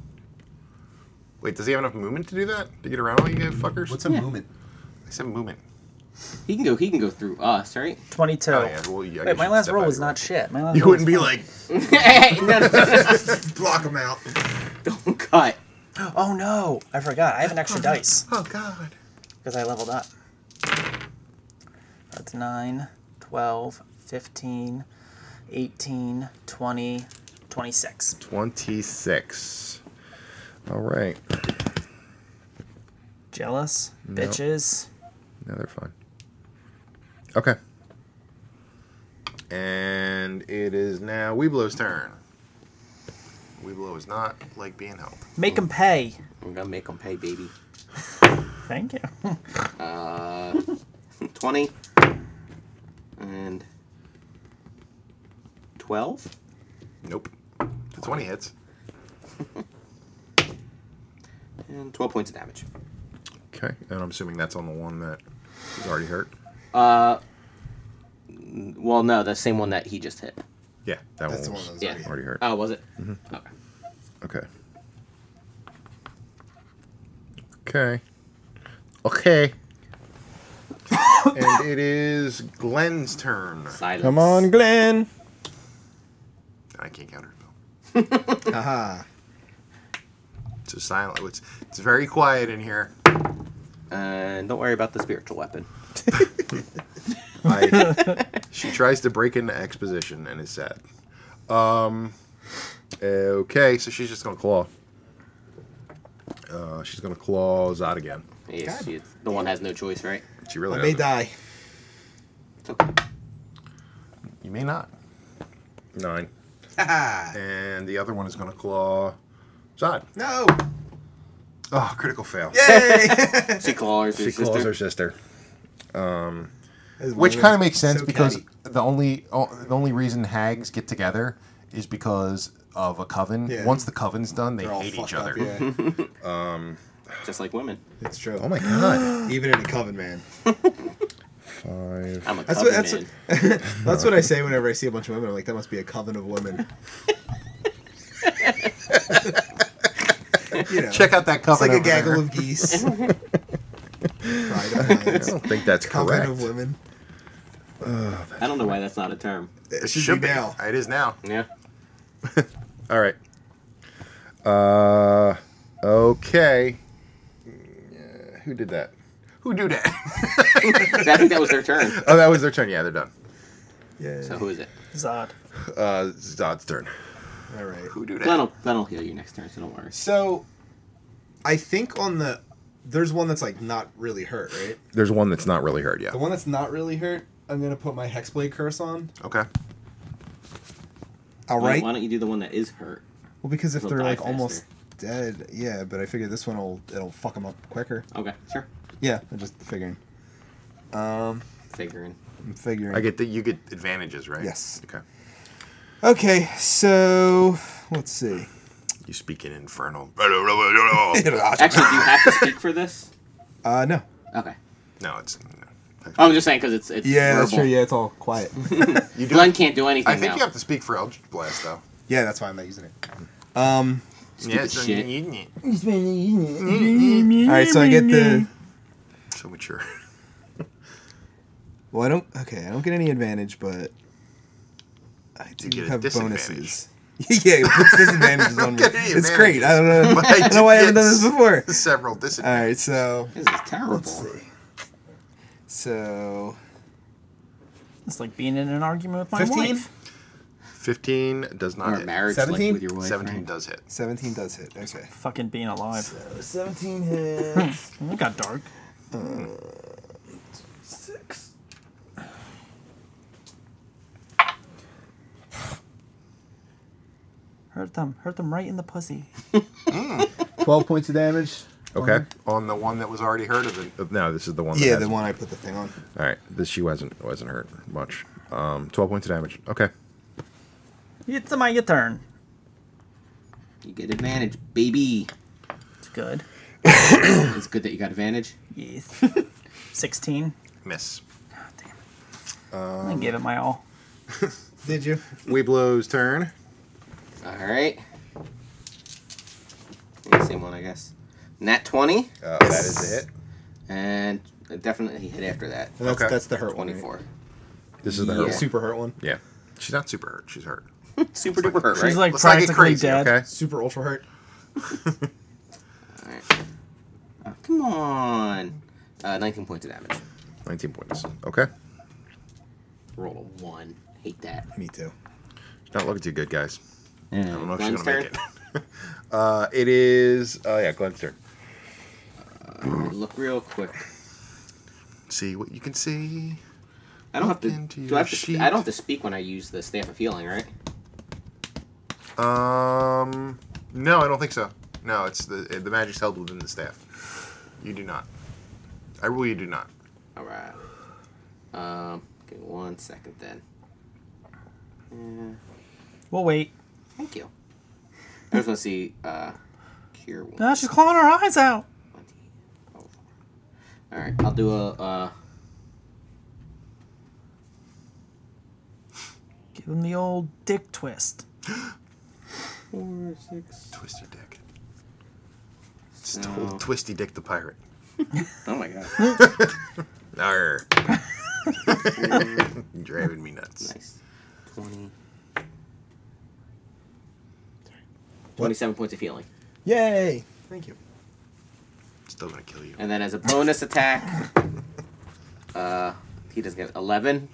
Speaker 1: Wait, does he have enough movement to do that? To get around all you guys fuckers?
Speaker 3: What's a movement?
Speaker 1: I said movement.
Speaker 2: He can go. He can go through us, right?
Speaker 4: Twenty-two.
Speaker 1: Oh, yeah, well, yeah, I guess
Speaker 4: Wait, my
Speaker 1: you
Speaker 4: last
Speaker 1: step
Speaker 4: roll
Speaker 1: out
Speaker 4: was
Speaker 1: of your
Speaker 4: not shit. My last
Speaker 1: way. You
Speaker 4: roll
Speaker 1: wouldn't
Speaker 4: was
Speaker 1: be like,
Speaker 2: hey, no, no, no,
Speaker 3: Block him out.
Speaker 2: don't cut.
Speaker 4: fine. Oh no, I forgot. I have an extra dice
Speaker 1: oh god.
Speaker 4: because I leveled up. That's 9, 12, 15, 18, 20, 26.
Speaker 1: 26. All right.
Speaker 4: Jealous bitches.
Speaker 1: No, they're fine. Okay. And it is now Weeblow's turn. Weeblow is not like being helped.
Speaker 4: Make them pay.
Speaker 2: I'm gonna make him pay, baby.
Speaker 4: Thank you.
Speaker 2: Uh, twenty and twelve.
Speaker 1: Nope. The 20 hits.
Speaker 2: And 12 points of damage.
Speaker 1: Okay. And I'm assuming that's on the one that is already hurt.
Speaker 2: Uh, well, no, the same one that he just hit.
Speaker 1: Yeah, that
Speaker 3: That's the
Speaker 1: one
Speaker 3: one
Speaker 1: was
Speaker 3: that was
Speaker 2: Yeah.
Speaker 3: already
Speaker 1: already hurt.
Speaker 2: Oh, was it? Okay.
Speaker 1: Okay. Okay. Okay. and it is Glenn's turn.
Speaker 2: Silence.
Speaker 5: Come on, Glenn.
Speaker 1: I can't counter. Bill.
Speaker 3: Haha.
Speaker 1: It's a silent. It's it's very quiet in here.
Speaker 2: And don't worry about the spiritual weapon.
Speaker 1: I, she tries to break into exposition and is sad. Um. Okay, so she's just gonna claw. Uh, she's gonna claw Zod again.
Speaker 2: Yes, you- the one has no choice, right?
Speaker 1: She really.
Speaker 3: I may
Speaker 1: doesn't.
Speaker 3: die.
Speaker 2: It's okay.
Speaker 1: You may not. Nine.
Speaker 3: Haha.
Speaker 1: And the other one is going to claw Zod.
Speaker 3: no!
Speaker 1: Oh, critical fail.
Speaker 3: Yay!
Speaker 2: She claws her
Speaker 1: She claws
Speaker 2: sister.
Speaker 1: her sister. Which kind of makes sense
Speaker 3: So
Speaker 1: because
Speaker 3: catty.
Speaker 1: the only o- the only reason hags get together is because of a coven.
Speaker 3: Yeah.
Speaker 1: Once the coven's done, they
Speaker 3: They're all
Speaker 1: hate
Speaker 3: fucked
Speaker 1: each other.
Speaker 3: Up, yeah.
Speaker 2: Just like women.
Speaker 3: It's true.
Speaker 1: Oh my god.
Speaker 3: Even in a coven, man.
Speaker 1: Five.
Speaker 2: I'm a
Speaker 3: That's
Speaker 2: coven
Speaker 3: what- that's
Speaker 2: man.
Speaker 3: That's what I say whenever I see a bunch of women. I'm like, that must be a coven of women. you know,
Speaker 1: Check out that
Speaker 3: it's
Speaker 1: coven.
Speaker 3: like a
Speaker 1: over
Speaker 3: gaggle
Speaker 1: there.
Speaker 3: of geese. Pride of lions.
Speaker 1: I don't think that's
Speaker 3: Coven
Speaker 1: correct.
Speaker 3: of women.
Speaker 2: I don't know why that's not a term.
Speaker 3: It
Speaker 1: It
Speaker 3: should,
Speaker 1: should
Speaker 3: be
Speaker 1: be.
Speaker 3: now.
Speaker 1: It is now.
Speaker 2: Yeah.
Speaker 1: All right. Uh, okay. Yeah, who did that? Who do that?
Speaker 2: I think that was their turn.
Speaker 1: oh, that was their turn. Yeah, they're done.
Speaker 3: Yeah.
Speaker 2: So who is it?
Speaker 4: Zod.
Speaker 1: Uh, Zod's turn.
Speaker 3: All right.
Speaker 1: Who do
Speaker 2: Glenn will, Glenn will heal you next turn, so don't worry.
Speaker 3: So, I think on the there's one that's like not really hurt, right?
Speaker 1: There's one that's not really hurt yet.
Speaker 3: The one that's not really hurt, I'm gonna put my hexblade curse on.
Speaker 1: Okay.
Speaker 3: All
Speaker 2: Why-
Speaker 3: right.
Speaker 2: Why don't you do the one that is hurt?
Speaker 3: Well, because if
Speaker 2: They'll
Speaker 3: they're
Speaker 2: die
Speaker 3: like
Speaker 2: faster.
Speaker 3: almost dead, yeah. But I figure this one will it'll fuck them up quicker.
Speaker 2: Okay, sure.
Speaker 3: Yeah, I'm just figuring. Um,
Speaker 2: Figuring.
Speaker 3: I'm figuring.
Speaker 1: I get that you get advantages, right?
Speaker 3: Yes.
Speaker 1: Okay.
Speaker 3: Okay, so let's see.
Speaker 1: You speak in infernal.
Speaker 2: Actually, do you have to speak for this?
Speaker 3: Uh, no.
Speaker 2: Okay. Oh,
Speaker 1: No, it's. No.
Speaker 2: I'm just saying because it's, it's
Speaker 3: Yeah,
Speaker 2: verbal.
Speaker 3: that's true. Yeah, it's all quiet.
Speaker 1: You do.
Speaker 2: Glenn can't do anything
Speaker 1: I think
Speaker 2: now.
Speaker 1: you have to speak for Eldritch Blast, though.
Speaker 3: yeah, that's why I'm not using it. Um.
Speaker 1: Yeah,
Speaker 2: Stupid shit.
Speaker 3: All right, so I get the.
Speaker 1: So mature.
Speaker 3: Well, I don't. Okay, I don't get any advantage, but I
Speaker 1: You
Speaker 3: do
Speaker 1: get a
Speaker 3: have
Speaker 1: disadvantage.
Speaker 3: bonuses. yeah, it puts disadvantages on me.
Speaker 1: Get any
Speaker 3: It's great. I don't know.
Speaker 1: But
Speaker 3: I don't know why I haven't done
Speaker 1: did
Speaker 3: this before.
Speaker 1: Several
Speaker 3: All
Speaker 1: disadvantages.
Speaker 3: right, so
Speaker 2: This is terrible.
Speaker 3: so
Speaker 4: It's like being in an argument with my
Speaker 11: 15?
Speaker 4: wife.
Speaker 1: 15 does not
Speaker 2: Or
Speaker 1: hit.
Speaker 2: marriage, like
Speaker 3: 17?
Speaker 2: with your wife.
Speaker 1: 17
Speaker 2: right?
Speaker 1: does hit.
Speaker 3: seventeen does hit. Okay,
Speaker 4: Fucking being alive.
Speaker 10: Seventeen hits.
Speaker 4: It got dark.
Speaker 10: Six.
Speaker 4: Hurt them. Hurt them right in the pussy.
Speaker 10: Twelve points of damage.
Speaker 5: Okay. On the one that was already hurt of the. Uh, No, this is the one. That
Speaker 3: yeah,
Speaker 5: has-
Speaker 3: the one I put the thing on.
Speaker 5: All right. This she wasn't wasn't hurt much. Um, twelve points of damage. Okay.
Speaker 4: It's my your turn.
Speaker 2: You get advantage, baby.
Speaker 4: It's good.
Speaker 2: it's good that you got advantage.
Speaker 4: Yes. 16.
Speaker 1: Miss.
Speaker 4: God damn it. I gave it my all.
Speaker 3: Did you?
Speaker 5: Weeblow's turn.
Speaker 2: All right. Yeah, same one, I guess. Nat twenty,
Speaker 5: Uh, that is a hit.
Speaker 2: and definitely hit after that.
Speaker 3: And that's
Speaker 5: Okay.
Speaker 3: that's the hurt one. right?
Speaker 2: Twenty-four.
Speaker 5: This is the
Speaker 3: The
Speaker 5: hurt.
Speaker 2: Yeah.
Speaker 3: super hurt one.
Speaker 5: Yeah.
Speaker 1: She's not super hurt. She's hurt.
Speaker 2: Super duper hurt, right?
Speaker 4: She's like
Speaker 1: Let's not get
Speaker 4: practically
Speaker 1: crazy,
Speaker 4: dead.
Speaker 5: Okay.
Speaker 3: Super ultra hurt.
Speaker 2: All right. Oh, come on. Uh, Nineteen points of damage.
Speaker 5: Nineteen points. Okay.
Speaker 2: Roll a one. Hate that.
Speaker 3: Me too.
Speaker 5: She's not looking too good, guys. I don't know if
Speaker 2: Glenn's
Speaker 5: she's gonna
Speaker 2: turn.
Speaker 5: make it. uh, it is. Oh yeah, Glenn's turn.
Speaker 2: Look real quick.
Speaker 1: See what you can see.
Speaker 2: I don't have to.
Speaker 1: Look into
Speaker 2: Do
Speaker 1: your
Speaker 2: I have to? sp-
Speaker 1: sheet.
Speaker 2: I don't have to speak when I use the staff of healing, right?
Speaker 1: Um, no, I don't think so. No, it's the the magic's held within the staff. You do not. I rule you do not.
Speaker 2: All right. Um, give me one second then. Yeah.
Speaker 4: We'll wait.
Speaker 2: Thank you. I just want to see uh, cure wounds.
Speaker 4: Now she's clawing her eyes out.
Speaker 2: All right, I'll do a. Uh,
Speaker 4: Give him the old dick twist.
Speaker 2: four, six.
Speaker 1: Twisted dick. It's
Speaker 2: So,
Speaker 1: old Twisty Dick the pirate.
Speaker 2: oh my god!
Speaker 1: Arr. You're driving me nuts.
Speaker 2: Nice. Twenty. Twenty-seven points of healing,
Speaker 3: Yay! Thank you.
Speaker 1: Still gonna kill you.
Speaker 2: and then as a bonus attack, uh, he doesn't get eleven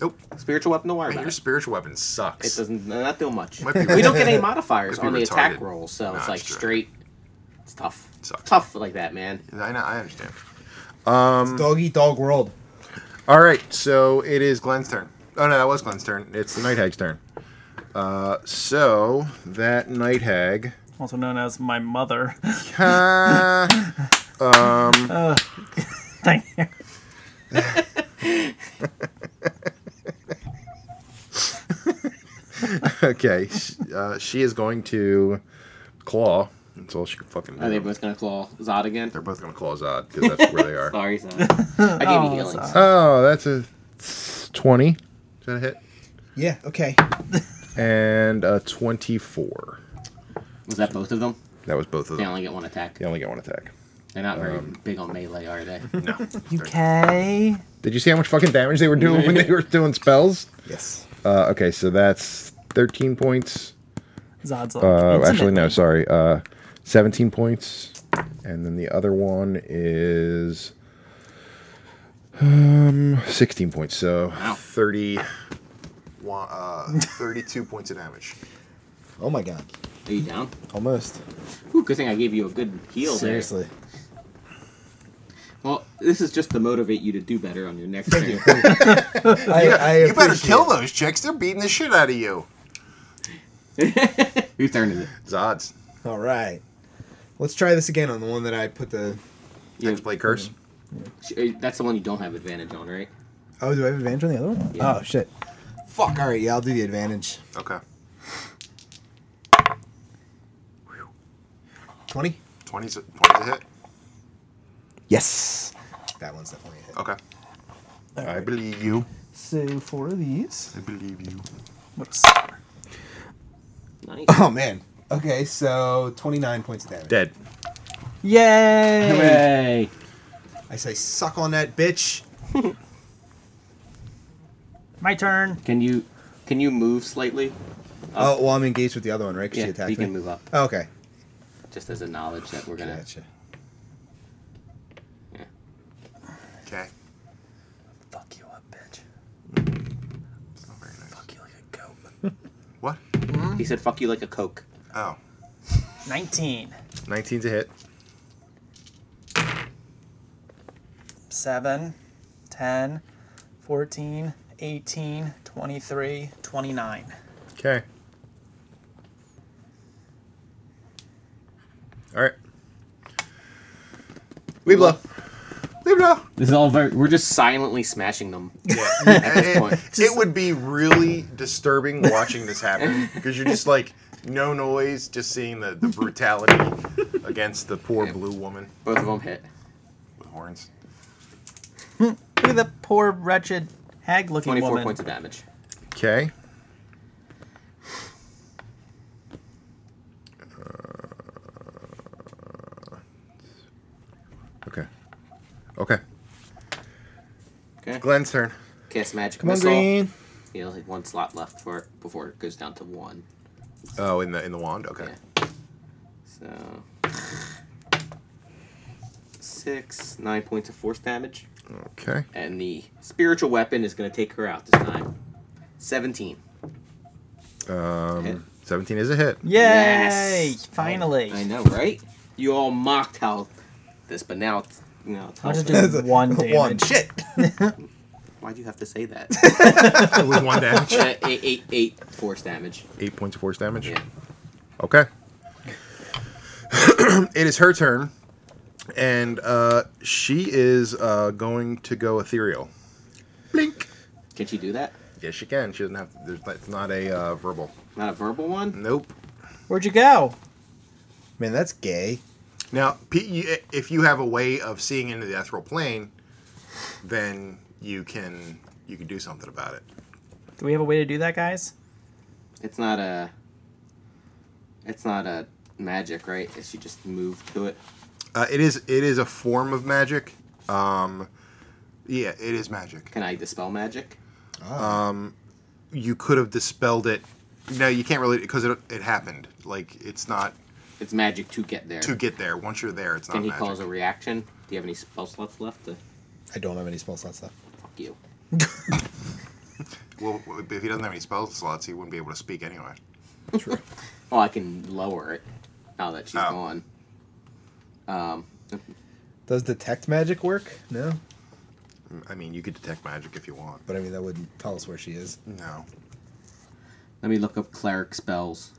Speaker 1: Nope.
Speaker 2: spiritual weapon. Don't worry
Speaker 1: Man,
Speaker 2: about
Speaker 1: your
Speaker 2: it.
Speaker 1: spiritual weapon
Speaker 2: It
Speaker 1: sucks.
Speaker 2: doesn't not do much.
Speaker 1: Might be
Speaker 2: We don't get any
Speaker 1: Might
Speaker 2: modifiers
Speaker 1: be
Speaker 2: on the attack
Speaker 1: retarded.
Speaker 2: roll, so
Speaker 1: Nah,
Speaker 2: it's like
Speaker 1: it's true.
Speaker 2: straight. It's tough.
Speaker 1: Sucks.
Speaker 2: Tough like that, man.
Speaker 1: I know. I understand.
Speaker 5: Um,
Speaker 3: Dog eat dog world.
Speaker 1: All right. So it is Glenn's turn. Oh no, that was Glenn's turn. It's
Speaker 5: It's the night hag's turn. Uh, so that night hag.
Speaker 4: Also known as my mother.
Speaker 5: Ah,
Speaker 4: Thank you.
Speaker 5: okay. sh- Uh, she is going to claw. That's all she can fucking do.
Speaker 2: Are they both gonna claw Zod again?
Speaker 5: They're both gonna claw Zod because that's where they are.
Speaker 2: Sorry, Zod. I gave you healing.
Speaker 4: Zod.
Speaker 5: Oh, that's a twenty. Is that a hit?
Speaker 3: Yeah. Okay.
Speaker 5: And a twenty-four.
Speaker 2: Was that both of them?
Speaker 5: That was both of
Speaker 2: They
Speaker 5: them.
Speaker 2: only get one attack.
Speaker 5: They only get one attack.
Speaker 2: They're not very
Speaker 3: Um,
Speaker 2: big on melee, are they?
Speaker 4: Okay.
Speaker 5: Did you see how much fucking damage they were doing when they were doing spells?
Speaker 3: Yes.
Speaker 5: Uh, okay, so that's thirteen points.
Speaker 4: Zod's like,
Speaker 5: Uh,
Speaker 4: "Intimate."
Speaker 5: actually, no, sorry. Uh, 17 points. And then the other one is um, 16 points. So
Speaker 2: Wow.
Speaker 5: 30.
Speaker 1: one, uh, 32 points of damage.
Speaker 3: Oh my god.
Speaker 2: Are you down?
Speaker 3: Almost.
Speaker 2: Ooh, good thing I gave you a good heal there.
Speaker 3: Seriously.
Speaker 2: Well, this is just to motivate you to do better on your next turn.
Speaker 3: I, I
Speaker 1: you better
Speaker 3: appreciate
Speaker 1: kill
Speaker 3: it.
Speaker 1: those chicks. They're beating the shit out of you.
Speaker 2: Whose turn is it?
Speaker 1: Zod's.
Speaker 3: All right. Let's try this again on the one that I put the.
Speaker 2: You have-
Speaker 1: Play curse.
Speaker 2: sh- uh, that's the one you don't have advantage on, right?
Speaker 3: Oh, do I have advantage on the other one?
Speaker 2: Yeah.
Speaker 3: Oh shit. Fuck. All right. Yeah, I'll do the advantage.
Speaker 1: Okay.
Speaker 3: Twenty.
Speaker 1: 20's a, 20's a hit.
Speaker 3: Yes. That one's definitely a hit.
Speaker 1: Okay. I believe you.
Speaker 10: So four of these.
Speaker 1: I believe you.
Speaker 4: What a sucker.
Speaker 2: Nice.
Speaker 3: Oh man. Okay, so twenty-nine points of damage.
Speaker 5: Dead.
Speaker 4: Yay!
Speaker 2: Hooray!
Speaker 3: I say, suck on that bitch.
Speaker 4: My turn.
Speaker 2: Can you Can you move slightly?
Speaker 3: Oh, well, I'm engaged with the other one, right? 'Cause
Speaker 2: Yeah,
Speaker 3: she attacked
Speaker 2: you
Speaker 3: me.
Speaker 2: can move up.
Speaker 3: Oh, okay.
Speaker 2: Just as a knowledge that we're gonna.
Speaker 3: Gotcha.
Speaker 1: Okay.
Speaker 9: Fuck you up, bitch.
Speaker 1: Oh, very nice.
Speaker 9: Fuck you like a goat.
Speaker 1: What?
Speaker 2: He said, "Fuck you like a coke."
Speaker 1: Oh.
Speaker 4: 19.
Speaker 5: 19's a hit.
Speaker 4: 7, 10, 14, 18, 23, 29.
Speaker 5: Okay. All right. Weeblo. Weeblo.
Speaker 9: This is all very. We're just.
Speaker 2: Silently smashing them.
Speaker 1: it,
Speaker 2: point.
Speaker 1: it would be really disturbing watching this happen because you're just like no noise, just seeing the, the brutality against the poor blue woman
Speaker 2: Both of them hit.
Speaker 1: with horns.
Speaker 4: Look at the poor, wretched, hag looking
Speaker 2: Twenty-four
Speaker 4: woman.
Speaker 2: points of damage.
Speaker 5: Okay. Uh, Okay. Okay.
Speaker 2: Okay.
Speaker 5: Glenn's turn.
Speaker 2: Cast magic
Speaker 3: Come on,
Speaker 2: missile.
Speaker 3: Green.
Speaker 2: He only had one slot left for it before it goes down to one.
Speaker 5: Oh, in the in the wand. Okay.
Speaker 2: Yeah. So six, nine points of force damage,
Speaker 5: Okay.
Speaker 2: and the spiritual weapon is going to take her out this time. Seventeen.
Speaker 5: Um,
Speaker 2: Hit.
Speaker 5: seventeen is a hit.
Speaker 4: Yay!
Speaker 2: Yes.
Speaker 4: Finally.
Speaker 2: I know, right? You all mocked how this, but now it's you know. It's
Speaker 4: I'll just
Speaker 2: helpful.
Speaker 4: do one damage.
Speaker 3: One shit.
Speaker 2: Why'd you have to say that? uh,
Speaker 5: With one damage.
Speaker 2: eight, eight, eight force damage.
Speaker 5: Eight points of force damage.
Speaker 2: Yeah.
Speaker 5: Okay. it is her turn, and uh, she is uh, going to go ethereal. Blink.
Speaker 2: Can she do that?
Speaker 5: Yes, she can. She doesn't have. To, there's it's not a uh, verbal.
Speaker 2: Not a verbal one.
Speaker 5: Nope.
Speaker 4: Where'd you go?
Speaker 3: Man, that's gay.
Speaker 1: Now, Pete, you- if you have a way of seeing into the ethereal plane, then you can you can do something about it.
Speaker 4: Do we have a way to do that, guys?
Speaker 2: It's not a. It's not a magic, right? She just moved to it.
Speaker 1: Uh, it is it is a form of magic. Um, yeah, it is magic.
Speaker 2: Can I dispel magic?
Speaker 1: You could have dispelled it. No, you can't really because it, it happened. Like it's not
Speaker 2: It's magic to get there.
Speaker 1: to get there. Once you're there, it's not
Speaker 2: Then he
Speaker 1: magic.
Speaker 2: calls a reaction. Do you have any spell slots left? To
Speaker 3: I don't have any spell slots left.
Speaker 2: fuck you.
Speaker 1: Well, if he doesn't have any spell slots, he wouldn't be able to speak anyway.
Speaker 2: Oh, I can lower it now that she's
Speaker 1: Oh.
Speaker 2: gone. Um,
Speaker 3: Does detect magic work? No.
Speaker 1: I mean, you could detect magic if you want.
Speaker 3: But I mean, that wouldn't tell us where she is.
Speaker 2: Mm.
Speaker 1: No.
Speaker 2: let me look up cleric spells.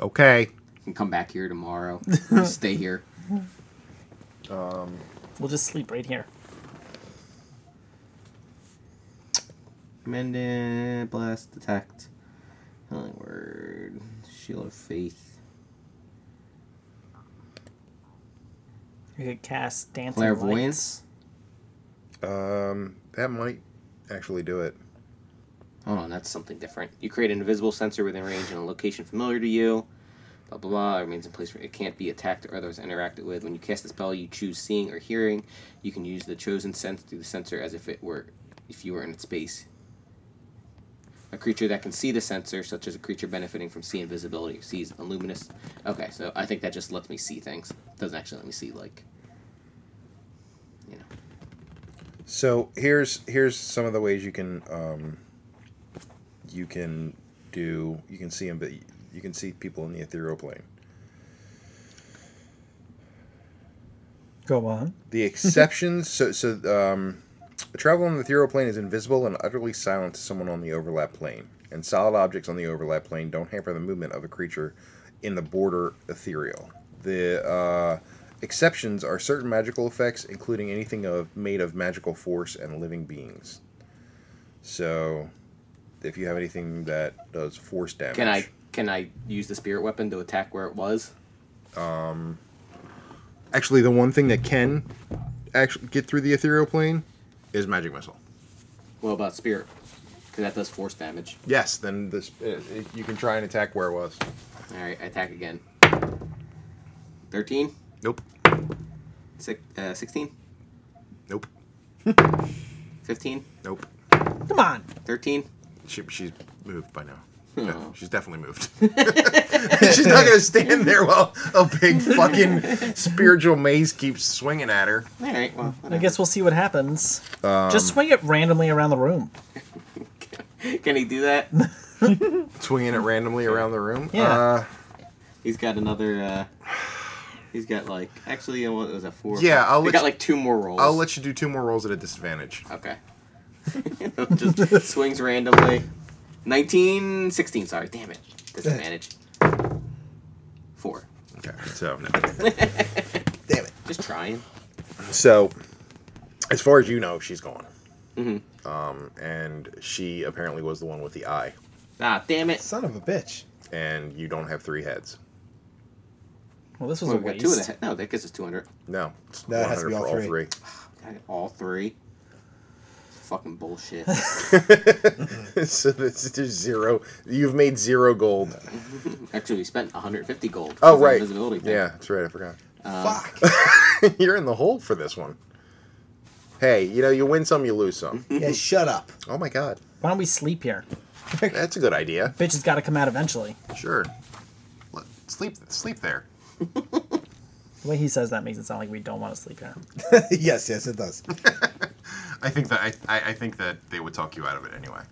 Speaker 5: Okay.
Speaker 2: And come back here tomorrow. Stay here.
Speaker 4: We'll just sleep right here.
Speaker 2: Mending, blast, detect, healing word, shield of faith,
Speaker 4: We could cast dancing lights.
Speaker 2: clairvoyance.
Speaker 5: Um, that might actually do it.
Speaker 2: Hold on, that's something different. You create an invisible sensor within range and a location familiar to you. Blah blah blah. It remains in place where it can't be attacked or otherwise interacted with. When you cast a spell, you choose seeing or hearing. You can use the chosen sense through the sensor as if it were, if you were in its space. A creature that can see the sensor, such as a creature benefiting from see invisibility, sees a luminous. Okay, so I think that just lets me see things. Doesn't actually let me see like, you know.
Speaker 5: So here's here's some of the ways you can um, you can do you can see them, but you can see people in the ethereal plane.
Speaker 4: Go on.
Speaker 5: The exceptions, so so um, the travel on the ethereal plane is invisible and utterly silent to someone on the overlap plane, and solid objects on the overlap plane don't hamper the movement of a creature in the border ethereal. The uh, exceptions are certain magical effects, including anything of made of magical force and living beings. So, if you have anything that does force damage,
Speaker 2: Can I can I use the spirit weapon to attack where it was?
Speaker 5: Actually, the one thing that can actually get through the ethereal plane
Speaker 1: Is magic missile?
Speaker 2: What about spirit? Because that does force damage.
Speaker 5: Yes, then this uh, uh, you can try and attack where it was.
Speaker 2: All right, I attack again. 13?
Speaker 1: Nope.
Speaker 2: Six, uh, 16?
Speaker 1: Nope.
Speaker 2: 15?
Speaker 1: Nope.
Speaker 4: 13. Come on.
Speaker 2: 13?
Speaker 1: She, she's moved by now. Yeah, she's definitely moved. she's not gonna stand there while a big fucking spiritual maze keeps swinging at her.
Speaker 2: All right, well,
Speaker 4: I guess we'll see what happens.
Speaker 2: Um,
Speaker 4: Just swing it randomly around the room.
Speaker 2: can he do that?
Speaker 1: swinging it randomly around the room.
Speaker 4: Yeah.
Speaker 1: Uh,
Speaker 2: He's got another. uh He's got like actually, uh, what was that four?
Speaker 1: Yeah, I'll
Speaker 2: he
Speaker 1: let
Speaker 2: got
Speaker 1: you-
Speaker 2: like two more rolls.
Speaker 1: I'll let you do two more rolls at a disadvantage.
Speaker 2: Okay. Just swings randomly. 19, 16, sorry. Damn it. Disadvantage. Four.
Speaker 1: Okay. So no.
Speaker 3: Damn it.
Speaker 2: Just trying.
Speaker 1: So, as far as you know, she's gone.
Speaker 2: Mhm.
Speaker 1: Um, and she apparently was the one with the eye,
Speaker 2: Ah, damn it.
Speaker 3: Son of a bitch.
Speaker 1: and you don't have three heads.
Speaker 4: Well, this was
Speaker 2: Well,
Speaker 4: a
Speaker 2: we got
Speaker 4: waste.
Speaker 2: two of that. No, that gives us 200.
Speaker 1: No, it's
Speaker 3: No, it has to be
Speaker 1: 100
Speaker 3: all
Speaker 1: for
Speaker 3: three.
Speaker 2: Got it, All three. Fucking bullshit.
Speaker 1: so that's just zero. You've made zero gold.
Speaker 2: Actually, we spent 150 gold.
Speaker 1: Oh
Speaker 2: for the
Speaker 1: right,
Speaker 2: Invisibility thing.
Speaker 1: yeah, that's right. I forgot.
Speaker 2: Uh.
Speaker 3: Fuck.
Speaker 1: You're in the hole for this one. Hey, you know you win some, you lose some.
Speaker 3: yeah, shut up.
Speaker 1: oh my god,
Speaker 4: Why don't we sleep here?
Speaker 1: that's a good idea.
Speaker 4: Bitch has got to come out eventually.
Speaker 1: Sure, Let, sleep sleep there.
Speaker 4: The way he says that makes it sound like we don't want to sleep here.
Speaker 3: yes, yes, it does.
Speaker 1: I think that I, I, I think that they would talk you out of it anyway.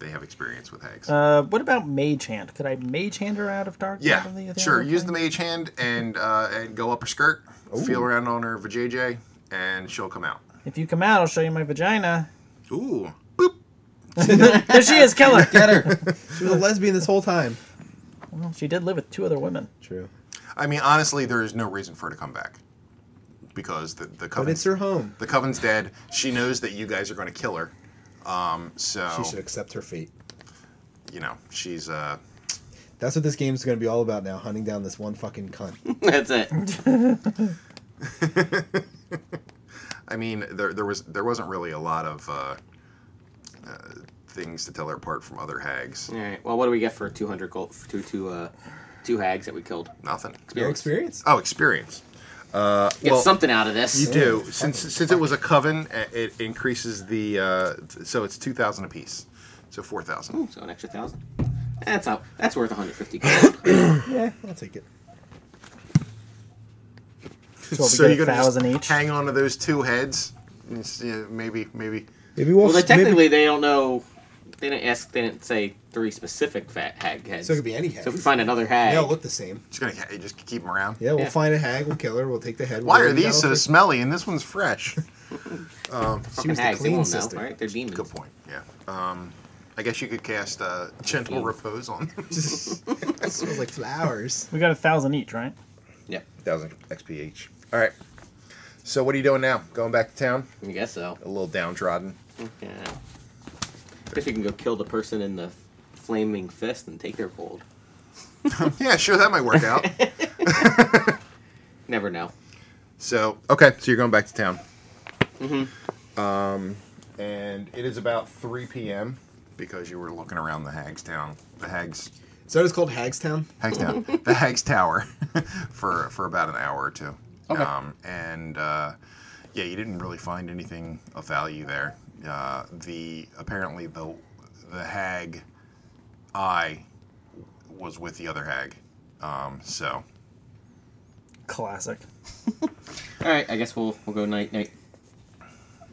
Speaker 1: They have experience with hags.
Speaker 4: Uh, what about Mage Hand? Could I Mage Hand her out of dark?
Speaker 1: yeah,
Speaker 4: out of the- the
Speaker 1: sure.
Speaker 4: other
Speaker 1: Use the
Speaker 4: thing?
Speaker 1: mage hand and uh, and go up her skirt, feel around on her vajayjay, and she'll come out.
Speaker 4: If you come out, I'll show you my vagina.
Speaker 1: Ooh, boop.
Speaker 4: There she is, kill her.
Speaker 15: Get her.
Speaker 3: She was a lesbian this whole time.
Speaker 4: Well, she did live with two other women.
Speaker 3: True.
Speaker 1: I mean, honestly, there is no reason for her to come back because the the
Speaker 3: But it's
Speaker 1: coven's
Speaker 3: her home.
Speaker 1: the coven's dead. She knows that you guys are going to kill her. Um, so
Speaker 3: She should accept her fate.
Speaker 1: you know she's uh
Speaker 3: That's what this game's going to be all about now, hunting down this one fucking cunt.
Speaker 2: That's it.
Speaker 1: I mean, there there was there wasn't really a lot of uh, uh, things to tell her apart from other hags.
Speaker 2: All right. Well, what do we get for 200 gold? For two, two, uh, two hags that we killed?
Speaker 1: Nothing.
Speaker 3: Your
Speaker 2: Experience.
Speaker 3: experience?
Speaker 1: Oh, experience. Uh,
Speaker 2: Get
Speaker 1: well,
Speaker 2: something out of this.
Speaker 1: you do since since it was a coven, uh, it increases the uh, so it's two thousand apiece, so four thousand.
Speaker 2: So an extra thousand. That's out. That's worth 150 gold.
Speaker 3: Yeah, I'll take it.
Speaker 4: So, we get a thousand each.
Speaker 1: hang on to those two heads. and s- yeah, maybe maybe
Speaker 3: Maybe we'll.
Speaker 2: Well, they
Speaker 3: maybe-
Speaker 2: technically they don't know. They didn't ask. They didn't say three specific fat hag heads.
Speaker 3: So it could be any hag.
Speaker 2: So if we find another hag,
Speaker 3: They all look the same.
Speaker 1: just gonna ca- just keep them around.
Speaker 3: Yeah, we'll
Speaker 2: Yeah.
Speaker 3: find a hag, we'll kill her, we'll take the head.
Speaker 1: Why
Speaker 3: we'll
Speaker 1: are
Speaker 3: lay it
Speaker 1: these
Speaker 3: down
Speaker 1: so
Speaker 3: for-
Speaker 1: smelly and this one's fresh?
Speaker 2: fucking
Speaker 3: she was the
Speaker 2: hags,
Speaker 3: clean
Speaker 2: they won't
Speaker 3: sister.
Speaker 2: know, right? They're demons.
Speaker 1: Good point. Yeah. Um, I guess you could cast uh, gentle repose on them.
Speaker 3: It smells like flowers.
Speaker 4: We got a thousand each, right?
Speaker 2: Yep.
Speaker 1: thousand XPH. All right. So what are you doing now? Going back to town?
Speaker 2: I guess so.
Speaker 1: A little downtrodden.
Speaker 2: Yeah. I guess we can go kill the person in the flaming fist and take their gold.
Speaker 1: yeah, sure, that might work out.
Speaker 2: Never know.
Speaker 1: so okay, so you're going back to town. Mm-hmm. Um, and it is about 3 p.m. because you were looking around the Hags town, the Hags,
Speaker 3: So it's called Hagstown.
Speaker 1: Hags town, the Hags Tower, for for about an hour or two.
Speaker 2: Okay.
Speaker 1: Um, and uh, yeah, you didn't really find anything of value there. Uh, the apparently the the hag eye was with the other hag. Um, so
Speaker 4: Classic.
Speaker 2: All right. I guess we'll we'll go night night.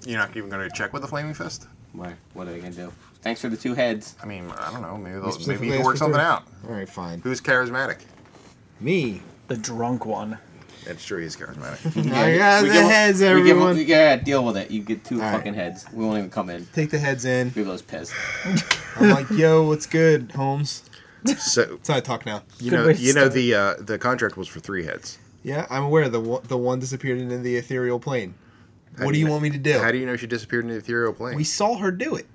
Speaker 1: you're not even going to check with the flaming fist.
Speaker 2: What what are they gonna do? Thanks for the two heads.
Speaker 1: I mean, I don't know. Maybe they'll,
Speaker 3: We
Speaker 1: maybe
Speaker 3: specifically
Speaker 1: you
Speaker 3: asked
Speaker 1: can work
Speaker 3: for
Speaker 1: something
Speaker 3: three.
Speaker 1: out.
Speaker 3: All right, fine.
Speaker 1: Who's charismatic?
Speaker 3: Me.
Speaker 4: The drunk one.
Speaker 1: That's true. He's charismatic.
Speaker 3: I got
Speaker 2: We
Speaker 3: the
Speaker 2: give 'em-
Speaker 3: heads,
Speaker 2: we give 'em-
Speaker 3: everyone.
Speaker 2: we gotta deal with it. You get two
Speaker 3: All right.
Speaker 2: fucking heads. We won't even come in.
Speaker 3: Take the heads in.
Speaker 2: Google's pissed.
Speaker 3: I'm like, yo, what's good, Holmes?
Speaker 1: so
Speaker 3: That's how I talk now.
Speaker 1: you
Speaker 4: Good
Speaker 1: know,
Speaker 4: way to
Speaker 1: you know
Speaker 4: start.
Speaker 1: the uh, the contract was for three heads.
Speaker 3: Yeah, I'm aware the one, the one disappeared into the ethereal plane.
Speaker 1: How
Speaker 3: what do you
Speaker 1: kn-
Speaker 3: want me to do?
Speaker 1: How do you know she disappeared in the ethereal plane?
Speaker 3: we saw her do it.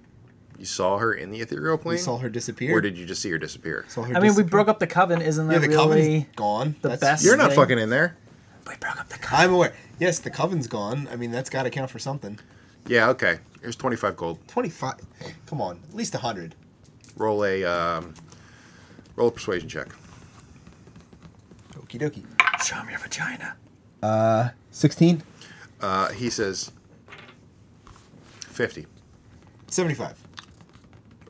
Speaker 1: you saw her in the ethereal plane.
Speaker 3: We saw her disappear.
Speaker 1: Or did you just see her disappear?
Speaker 3: saw her
Speaker 4: I mean, we
Speaker 3: disappear.
Speaker 4: broke up the coven, isn't
Speaker 3: Yeah,
Speaker 4: that
Speaker 3: the
Speaker 4: really?
Speaker 3: coven's gone.
Speaker 4: the best-
Speaker 1: You're not
Speaker 4: Thing.
Speaker 1: fucking in there.
Speaker 4: We broke up the coven.
Speaker 3: I'm aware. Yes, the coven's gone. I mean, that's got to count for something.
Speaker 1: Yeah, okay. Here's 25 gold.
Speaker 3: 25. Come on, at least 100.
Speaker 1: Roll a um, roll a persuasion check.
Speaker 3: Okie dokie.
Speaker 4: Show him your vagina.
Speaker 15: 16?
Speaker 1: Uh, he says 50.
Speaker 3: 75.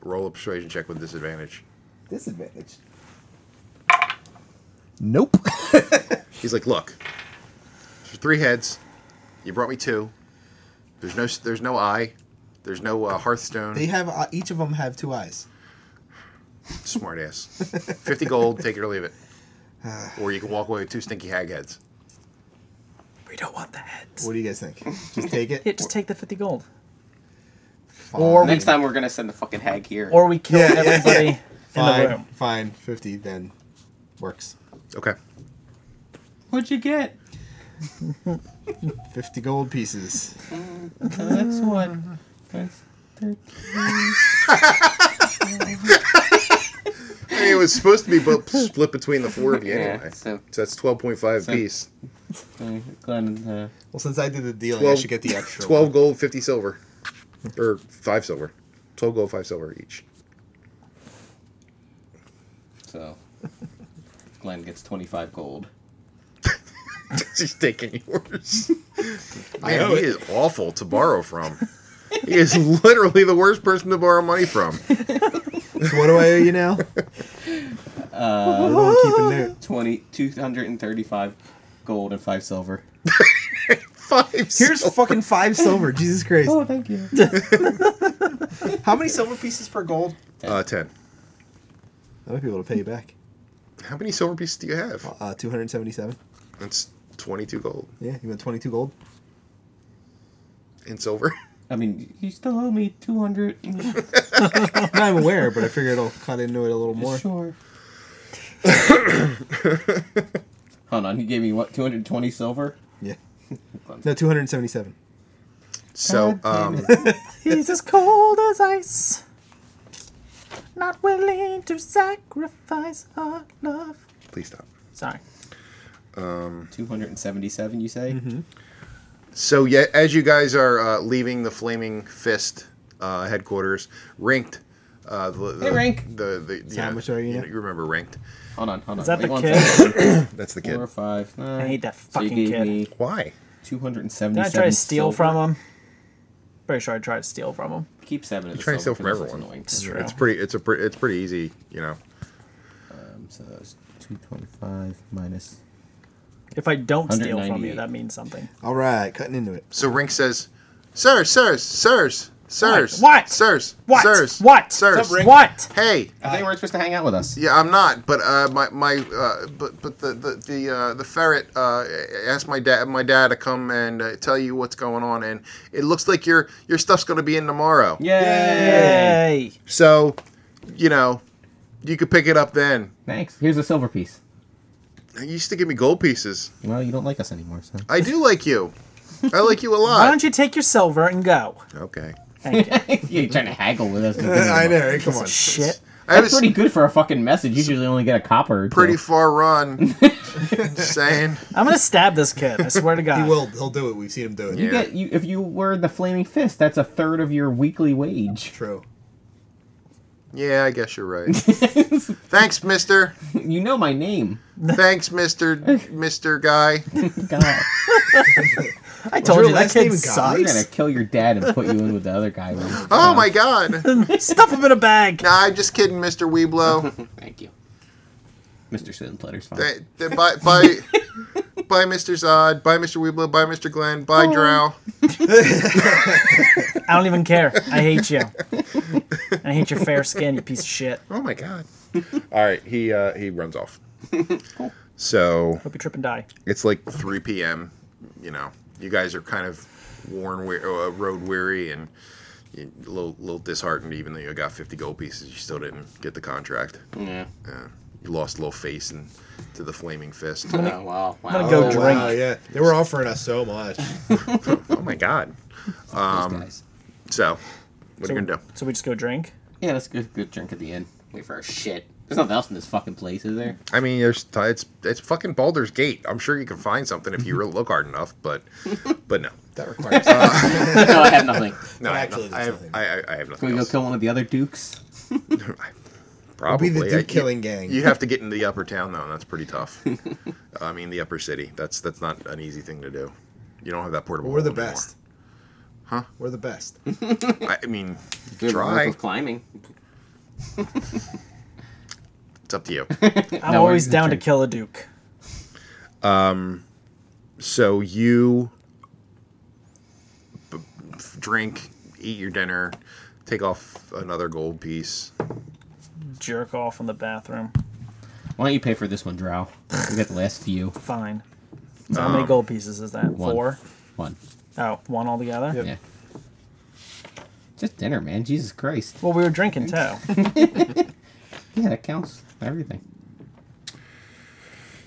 Speaker 1: Roll a persuasion check with disadvantage.
Speaker 16: Disadvantage.
Speaker 3: Nope.
Speaker 1: He's like, "Look, there's three heads. You brought me two. There's no, there's no eye. There's no uh, Hearthstone.
Speaker 17: They have uh, each of them have two eyes.
Speaker 1: Smart ass. 50 gold, take it or leave it. Or you can walk away with two stinky hag heads.
Speaker 4: We don't want the heads.
Speaker 3: what do you guys think? Just take it.
Speaker 4: Yeah, just take the fifty gold.
Speaker 3: Or
Speaker 2: Next time we're gonna send the fucking hag here.
Speaker 4: Or we kill
Speaker 3: Yeah, yeah,
Speaker 4: everybody
Speaker 3: yeah.
Speaker 4: in the
Speaker 3: fine,
Speaker 4: room.
Speaker 3: fine, fifty then works.
Speaker 1: Okay.
Speaker 2: what'd you get?
Speaker 3: Fifty gold pieces.
Speaker 2: that's one.
Speaker 1: I mean, it was supposed to be bu- split between the four of you anyway.
Speaker 2: Yeah,
Speaker 1: so.
Speaker 2: so- uh,
Speaker 1: that's 12.5 piece.
Speaker 3: Well, since I did the dealing, I
Speaker 1: Twelve-
Speaker 3: should get the extra.
Speaker 1: 12
Speaker 3: one.
Speaker 1: gold, 50 silver. Or 5 silver. 12 gold, 5 silver each.
Speaker 2: So Glenn gets twenty five gold.
Speaker 1: He's taking yours. Man, he is awful to borrow from. He is literally the worst person to borrow money from.
Speaker 3: So what do I owe you now?
Speaker 2: Uh,
Speaker 3: We're going keeping there.
Speaker 2: twenty two hundred and thirty five gold and five silver.
Speaker 1: Five
Speaker 3: Here's
Speaker 1: silver.
Speaker 3: fucking five silver. Jesus Christ.
Speaker 4: Oh,
Speaker 2: thank you.
Speaker 17: How many silver pieces per gold?
Speaker 1: Uh, 10.
Speaker 3: I might be able to pay you back.
Speaker 1: How many silver pieces do you have?
Speaker 3: Uh, two hundred seventy-seven.
Speaker 1: That's 22 gold
Speaker 3: Yeah, you want twenty-two gold?
Speaker 1: in silver.
Speaker 2: I mean, you still owe me two hundred.
Speaker 3: I'm aware, but I figure it'll cut into it a little more.
Speaker 2: Sure. Hold on, you gave me what two hundred twenty silver.
Speaker 3: Yeah. No, two hundred seventy-seven.
Speaker 1: So, um,
Speaker 4: He's as cold as ice. Not willing to sacrifice our love.
Speaker 1: please stop.
Speaker 4: Sorry.
Speaker 2: Two hundred and seventy seven. You say?
Speaker 4: Mm-hmm.
Speaker 1: So, yeah, as you guys are uh, leaving the Flaming Fist uh, headquarters, Ranked. Uh, the, the,
Speaker 2: Hey, Rank.
Speaker 1: The, the, you
Speaker 3: How much are you now?
Speaker 1: You remember Ranked.
Speaker 2: Hold on, hold on.
Speaker 4: Is that
Speaker 2: wait
Speaker 4: the
Speaker 2: one
Speaker 4: kid?
Speaker 2: second.
Speaker 1: That's the kid.
Speaker 2: Four or five.
Speaker 4: I hate that
Speaker 2: So you
Speaker 4: fucking
Speaker 2: gave
Speaker 4: kid.
Speaker 2: me
Speaker 1: Why?
Speaker 2: two hundred and seventy
Speaker 4: Did
Speaker 2: seven.
Speaker 4: I try to steal from him? Pretty sure I tried to steal from him.
Speaker 2: Keep seven. Of the
Speaker 1: trying to
Speaker 2: silver
Speaker 1: steal from
Speaker 2: 'cause it's
Speaker 1: everyone.
Speaker 2: annoying.
Speaker 4: It's true.
Speaker 1: It's pretty. It's a. Pre- it's pretty easy. You know.
Speaker 2: Um, so it's two twenty five minus.
Speaker 4: If I don't steal from
Speaker 2: 198.
Speaker 4: you, that means something.
Speaker 3: All right, cutting into it.
Speaker 1: So Rink says, "Sirs, sirs, sirs, sirs,
Speaker 4: What?
Speaker 1: sirs,
Speaker 4: What?
Speaker 1: sirs,
Speaker 4: What?
Speaker 1: sirs,
Speaker 4: What?
Speaker 1: Hey,
Speaker 2: I think we're supposed to hang out with us.
Speaker 1: Yeah, I'm not, but uh, my my uh, but but the the the, uh, the ferret uh, asked my dad my dad to come and uh, tell you what's going on, and it looks like your your stuff's gonna be in tomorrow.
Speaker 2: Yay!
Speaker 4: Yay!
Speaker 1: So, you know, you could pick it up then.
Speaker 2: Thanks. Here's a silver piece.
Speaker 1: You used to give me gold pieces.
Speaker 2: Well, you don't like us anymore, so.
Speaker 1: I do like you. I like you a
Speaker 4: Why
Speaker 1: lot.
Speaker 4: don't you take your silver and go?
Speaker 1: Okay.
Speaker 4: Thank you.
Speaker 2: You're trying to haggle with us.
Speaker 3: I know. right? Come on.
Speaker 4: Shit.
Speaker 1: I
Speaker 2: That's
Speaker 1: was
Speaker 2: pretty good for a fucking message. You usually only get a copper. or two.
Speaker 1: pretty far run. saying.
Speaker 4: I'm gonna stab this kid. I swear to God.
Speaker 3: He will. He'll do it. We've seen him do it.
Speaker 2: You get you if you were the flaming fist. That's a third of your weekly wage.
Speaker 3: True.
Speaker 1: Yeah, I guess you're right. Thanks, Mister.
Speaker 2: You know my name.
Speaker 1: Thanks, Mister. Mister Guy.
Speaker 2: God,
Speaker 4: I told
Speaker 3: your
Speaker 4: you that
Speaker 3: last name
Speaker 4: kid
Speaker 3: in college?
Speaker 2: we're gonna
Speaker 4: sucks.
Speaker 2: kill your dad and put you in with the other guy. when you-
Speaker 1: Oh my God.
Speaker 4: Stuff him in a bag.
Speaker 1: Nah, I'm just kidding, Mr. Weeblow.
Speaker 2: Thank you, Mr. Sindletter's fine.
Speaker 1: Th- th- bye, bye, bye, Mr. Zod. Bye, Mr. Weeblow. Bye, Mr. Glenn. Bye, Drow.
Speaker 4: I don't even care. I hate you. I hate your fair skin, you piece of shit.
Speaker 1: Oh my God. All right, he uh, he runs off. So
Speaker 4: Hope you trip and die.
Speaker 1: it's like 3 p.m. You know, you guys are kind of worn, we- uh, road weary, and you a little little disheartened. Even though you got 50 gold pieces, you still didn't get the contract.
Speaker 2: Yeah.
Speaker 1: Uh, you lost a little face and to the flaming fist.
Speaker 2: Oh, wow. Wow.
Speaker 4: gonna go
Speaker 2: Those
Speaker 4: drink.
Speaker 3: Wow, yeah.
Speaker 17: They were offering us so much.
Speaker 1: oh my God. Um,
Speaker 2: guys.
Speaker 1: So what are you gonna do?
Speaker 4: So we just go drink?
Speaker 2: Yeah, that's good. Good drink at the end. Wait for our shit. There's nothing else in this fucking place, is there?
Speaker 1: I mean, there's t- it's it's fucking Baldur's Gate. I'm sure you can find something if you really look hard enough, but but no,
Speaker 3: That requires.
Speaker 2: no, I have nothing.
Speaker 1: no, I have
Speaker 3: Actually,
Speaker 1: no- I
Speaker 3: there's
Speaker 1: have,
Speaker 3: nothing.
Speaker 1: I, I, I have
Speaker 2: Can we
Speaker 1: nothing.
Speaker 2: go
Speaker 1: Else.
Speaker 2: kill one of the other dukes?
Speaker 1: Probably
Speaker 3: be the
Speaker 1: I-
Speaker 5: uh,
Speaker 3: Duke
Speaker 1: you-
Speaker 3: killing gang.
Speaker 1: You have to get into the upper town though, and that's pretty tough. I mean, the upper city. That's that's not an easy thing to do. You don't have that portable.
Speaker 3: We're the
Speaker 1: hole anymore.
Speaker 3: best. Huh? We're the best.
Speaker 1: I, I mean,
Speaker 2: Good
Speaker 1: Try.
Speaker 2: work of climbing.
Speaker 5: It's up to you.
Speaker 4: I'm
Speaker 2: No, we're
Speaker 4: always
Speaker 2: gonna
Speaker 4: down to
Speaker 2: drink.
Speaker 4: kill a duke.
Speaker 5: so you b- f- drink, eat your dinner, take off another gold piece.
Speaker 4: Jerk off in the bathroom.
Speaker 2: Why don't you pay for this one, Drow? We got the last few.
Speaker 4: Fine. So how
Speaker 1: Um,
Speaker 4: many gold pieces is that?
Speaker 2: one.
Speaker 4: Four.
Speaker 2: One.
Speaker 4: Oh, one altogether.
Speaker 18: Yep.
Speaker 2: Yeah. Just dinner, man. Jesus Christ.
Speaker 4: Well, we were drinking too.
Speaker 2: Yeah, that counts. Everything.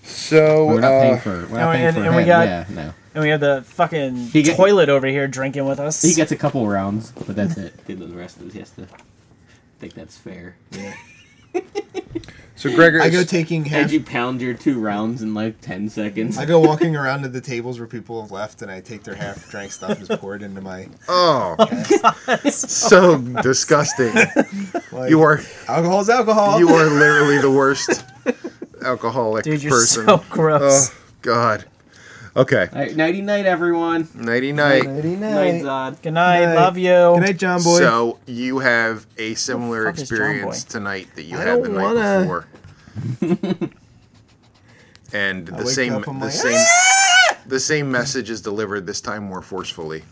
Speaker 5: So
Speaker 2: we're not
Speaker 19: uh,
Speaker 2: paying for. We're
Speaker 4: no,
Speaker 2: not paying
Speaker 4: and-
Speaker 2: for
Speaker 4: and we
Speaker 2: him.
Speaker 4: got-
Speaker 2: Yeah, no.
Speaker 4: And we had the fucking
Speaker 2: He get-
Speaker 4: toilet over here drinking with us.
Speaker 2: He gets a couple rounds, but that's it.
Speaker 19: Did the rest of us has to think that's fair.
Speaker 5: so Gregor,
Speaker 3: I go taking half.
Speaker 19: How'd you pound your two rounds in like ten seconds?
Speaker 3: I go walking around to the tables where people have left, and I take their half drank stuff and just pour it into my
Speaker 5: oh, so disgusting.
Speaker 3: like,
Speaker 5: You are
Speaker 3: alcohol's alcohol.
Speaker 5: you are literally the worst alcoholic
Speaker 4: Dude, you're
Speaker 5: person.
Speaker 4: so gross.
Speaker 5: Oh God. Okay.
Speaker 19: All right, nighty night, everyone.
Speaker 5: Nighty night.
Speaker 19: Night,
Speaker 18: Good
Speaker 19: Zod.
Speaker 4: Good night.
Speaker 18: Night.
Speaker 4: Love you.
Speaker 18: night, John Boy.
Speaker 5: So you have a similar
Speaker 4: The fuck is John
Speaker 5: experience
Speaker 4: Boy?
Speaker 5: tonight that you
Speaker 18: I
Speaker 5: had the
Speaker 18: don't
Speaker 5: night
Speaker 18: wanna.
Speaker 5: before. and the
Speaker 3: wake
Speaker 5: same
Speaker 3: up,
Speaker 5: the
Speaker 3: I'm like, "Ah!"
Speaker 5: same the same message is delivered this time more forcefully.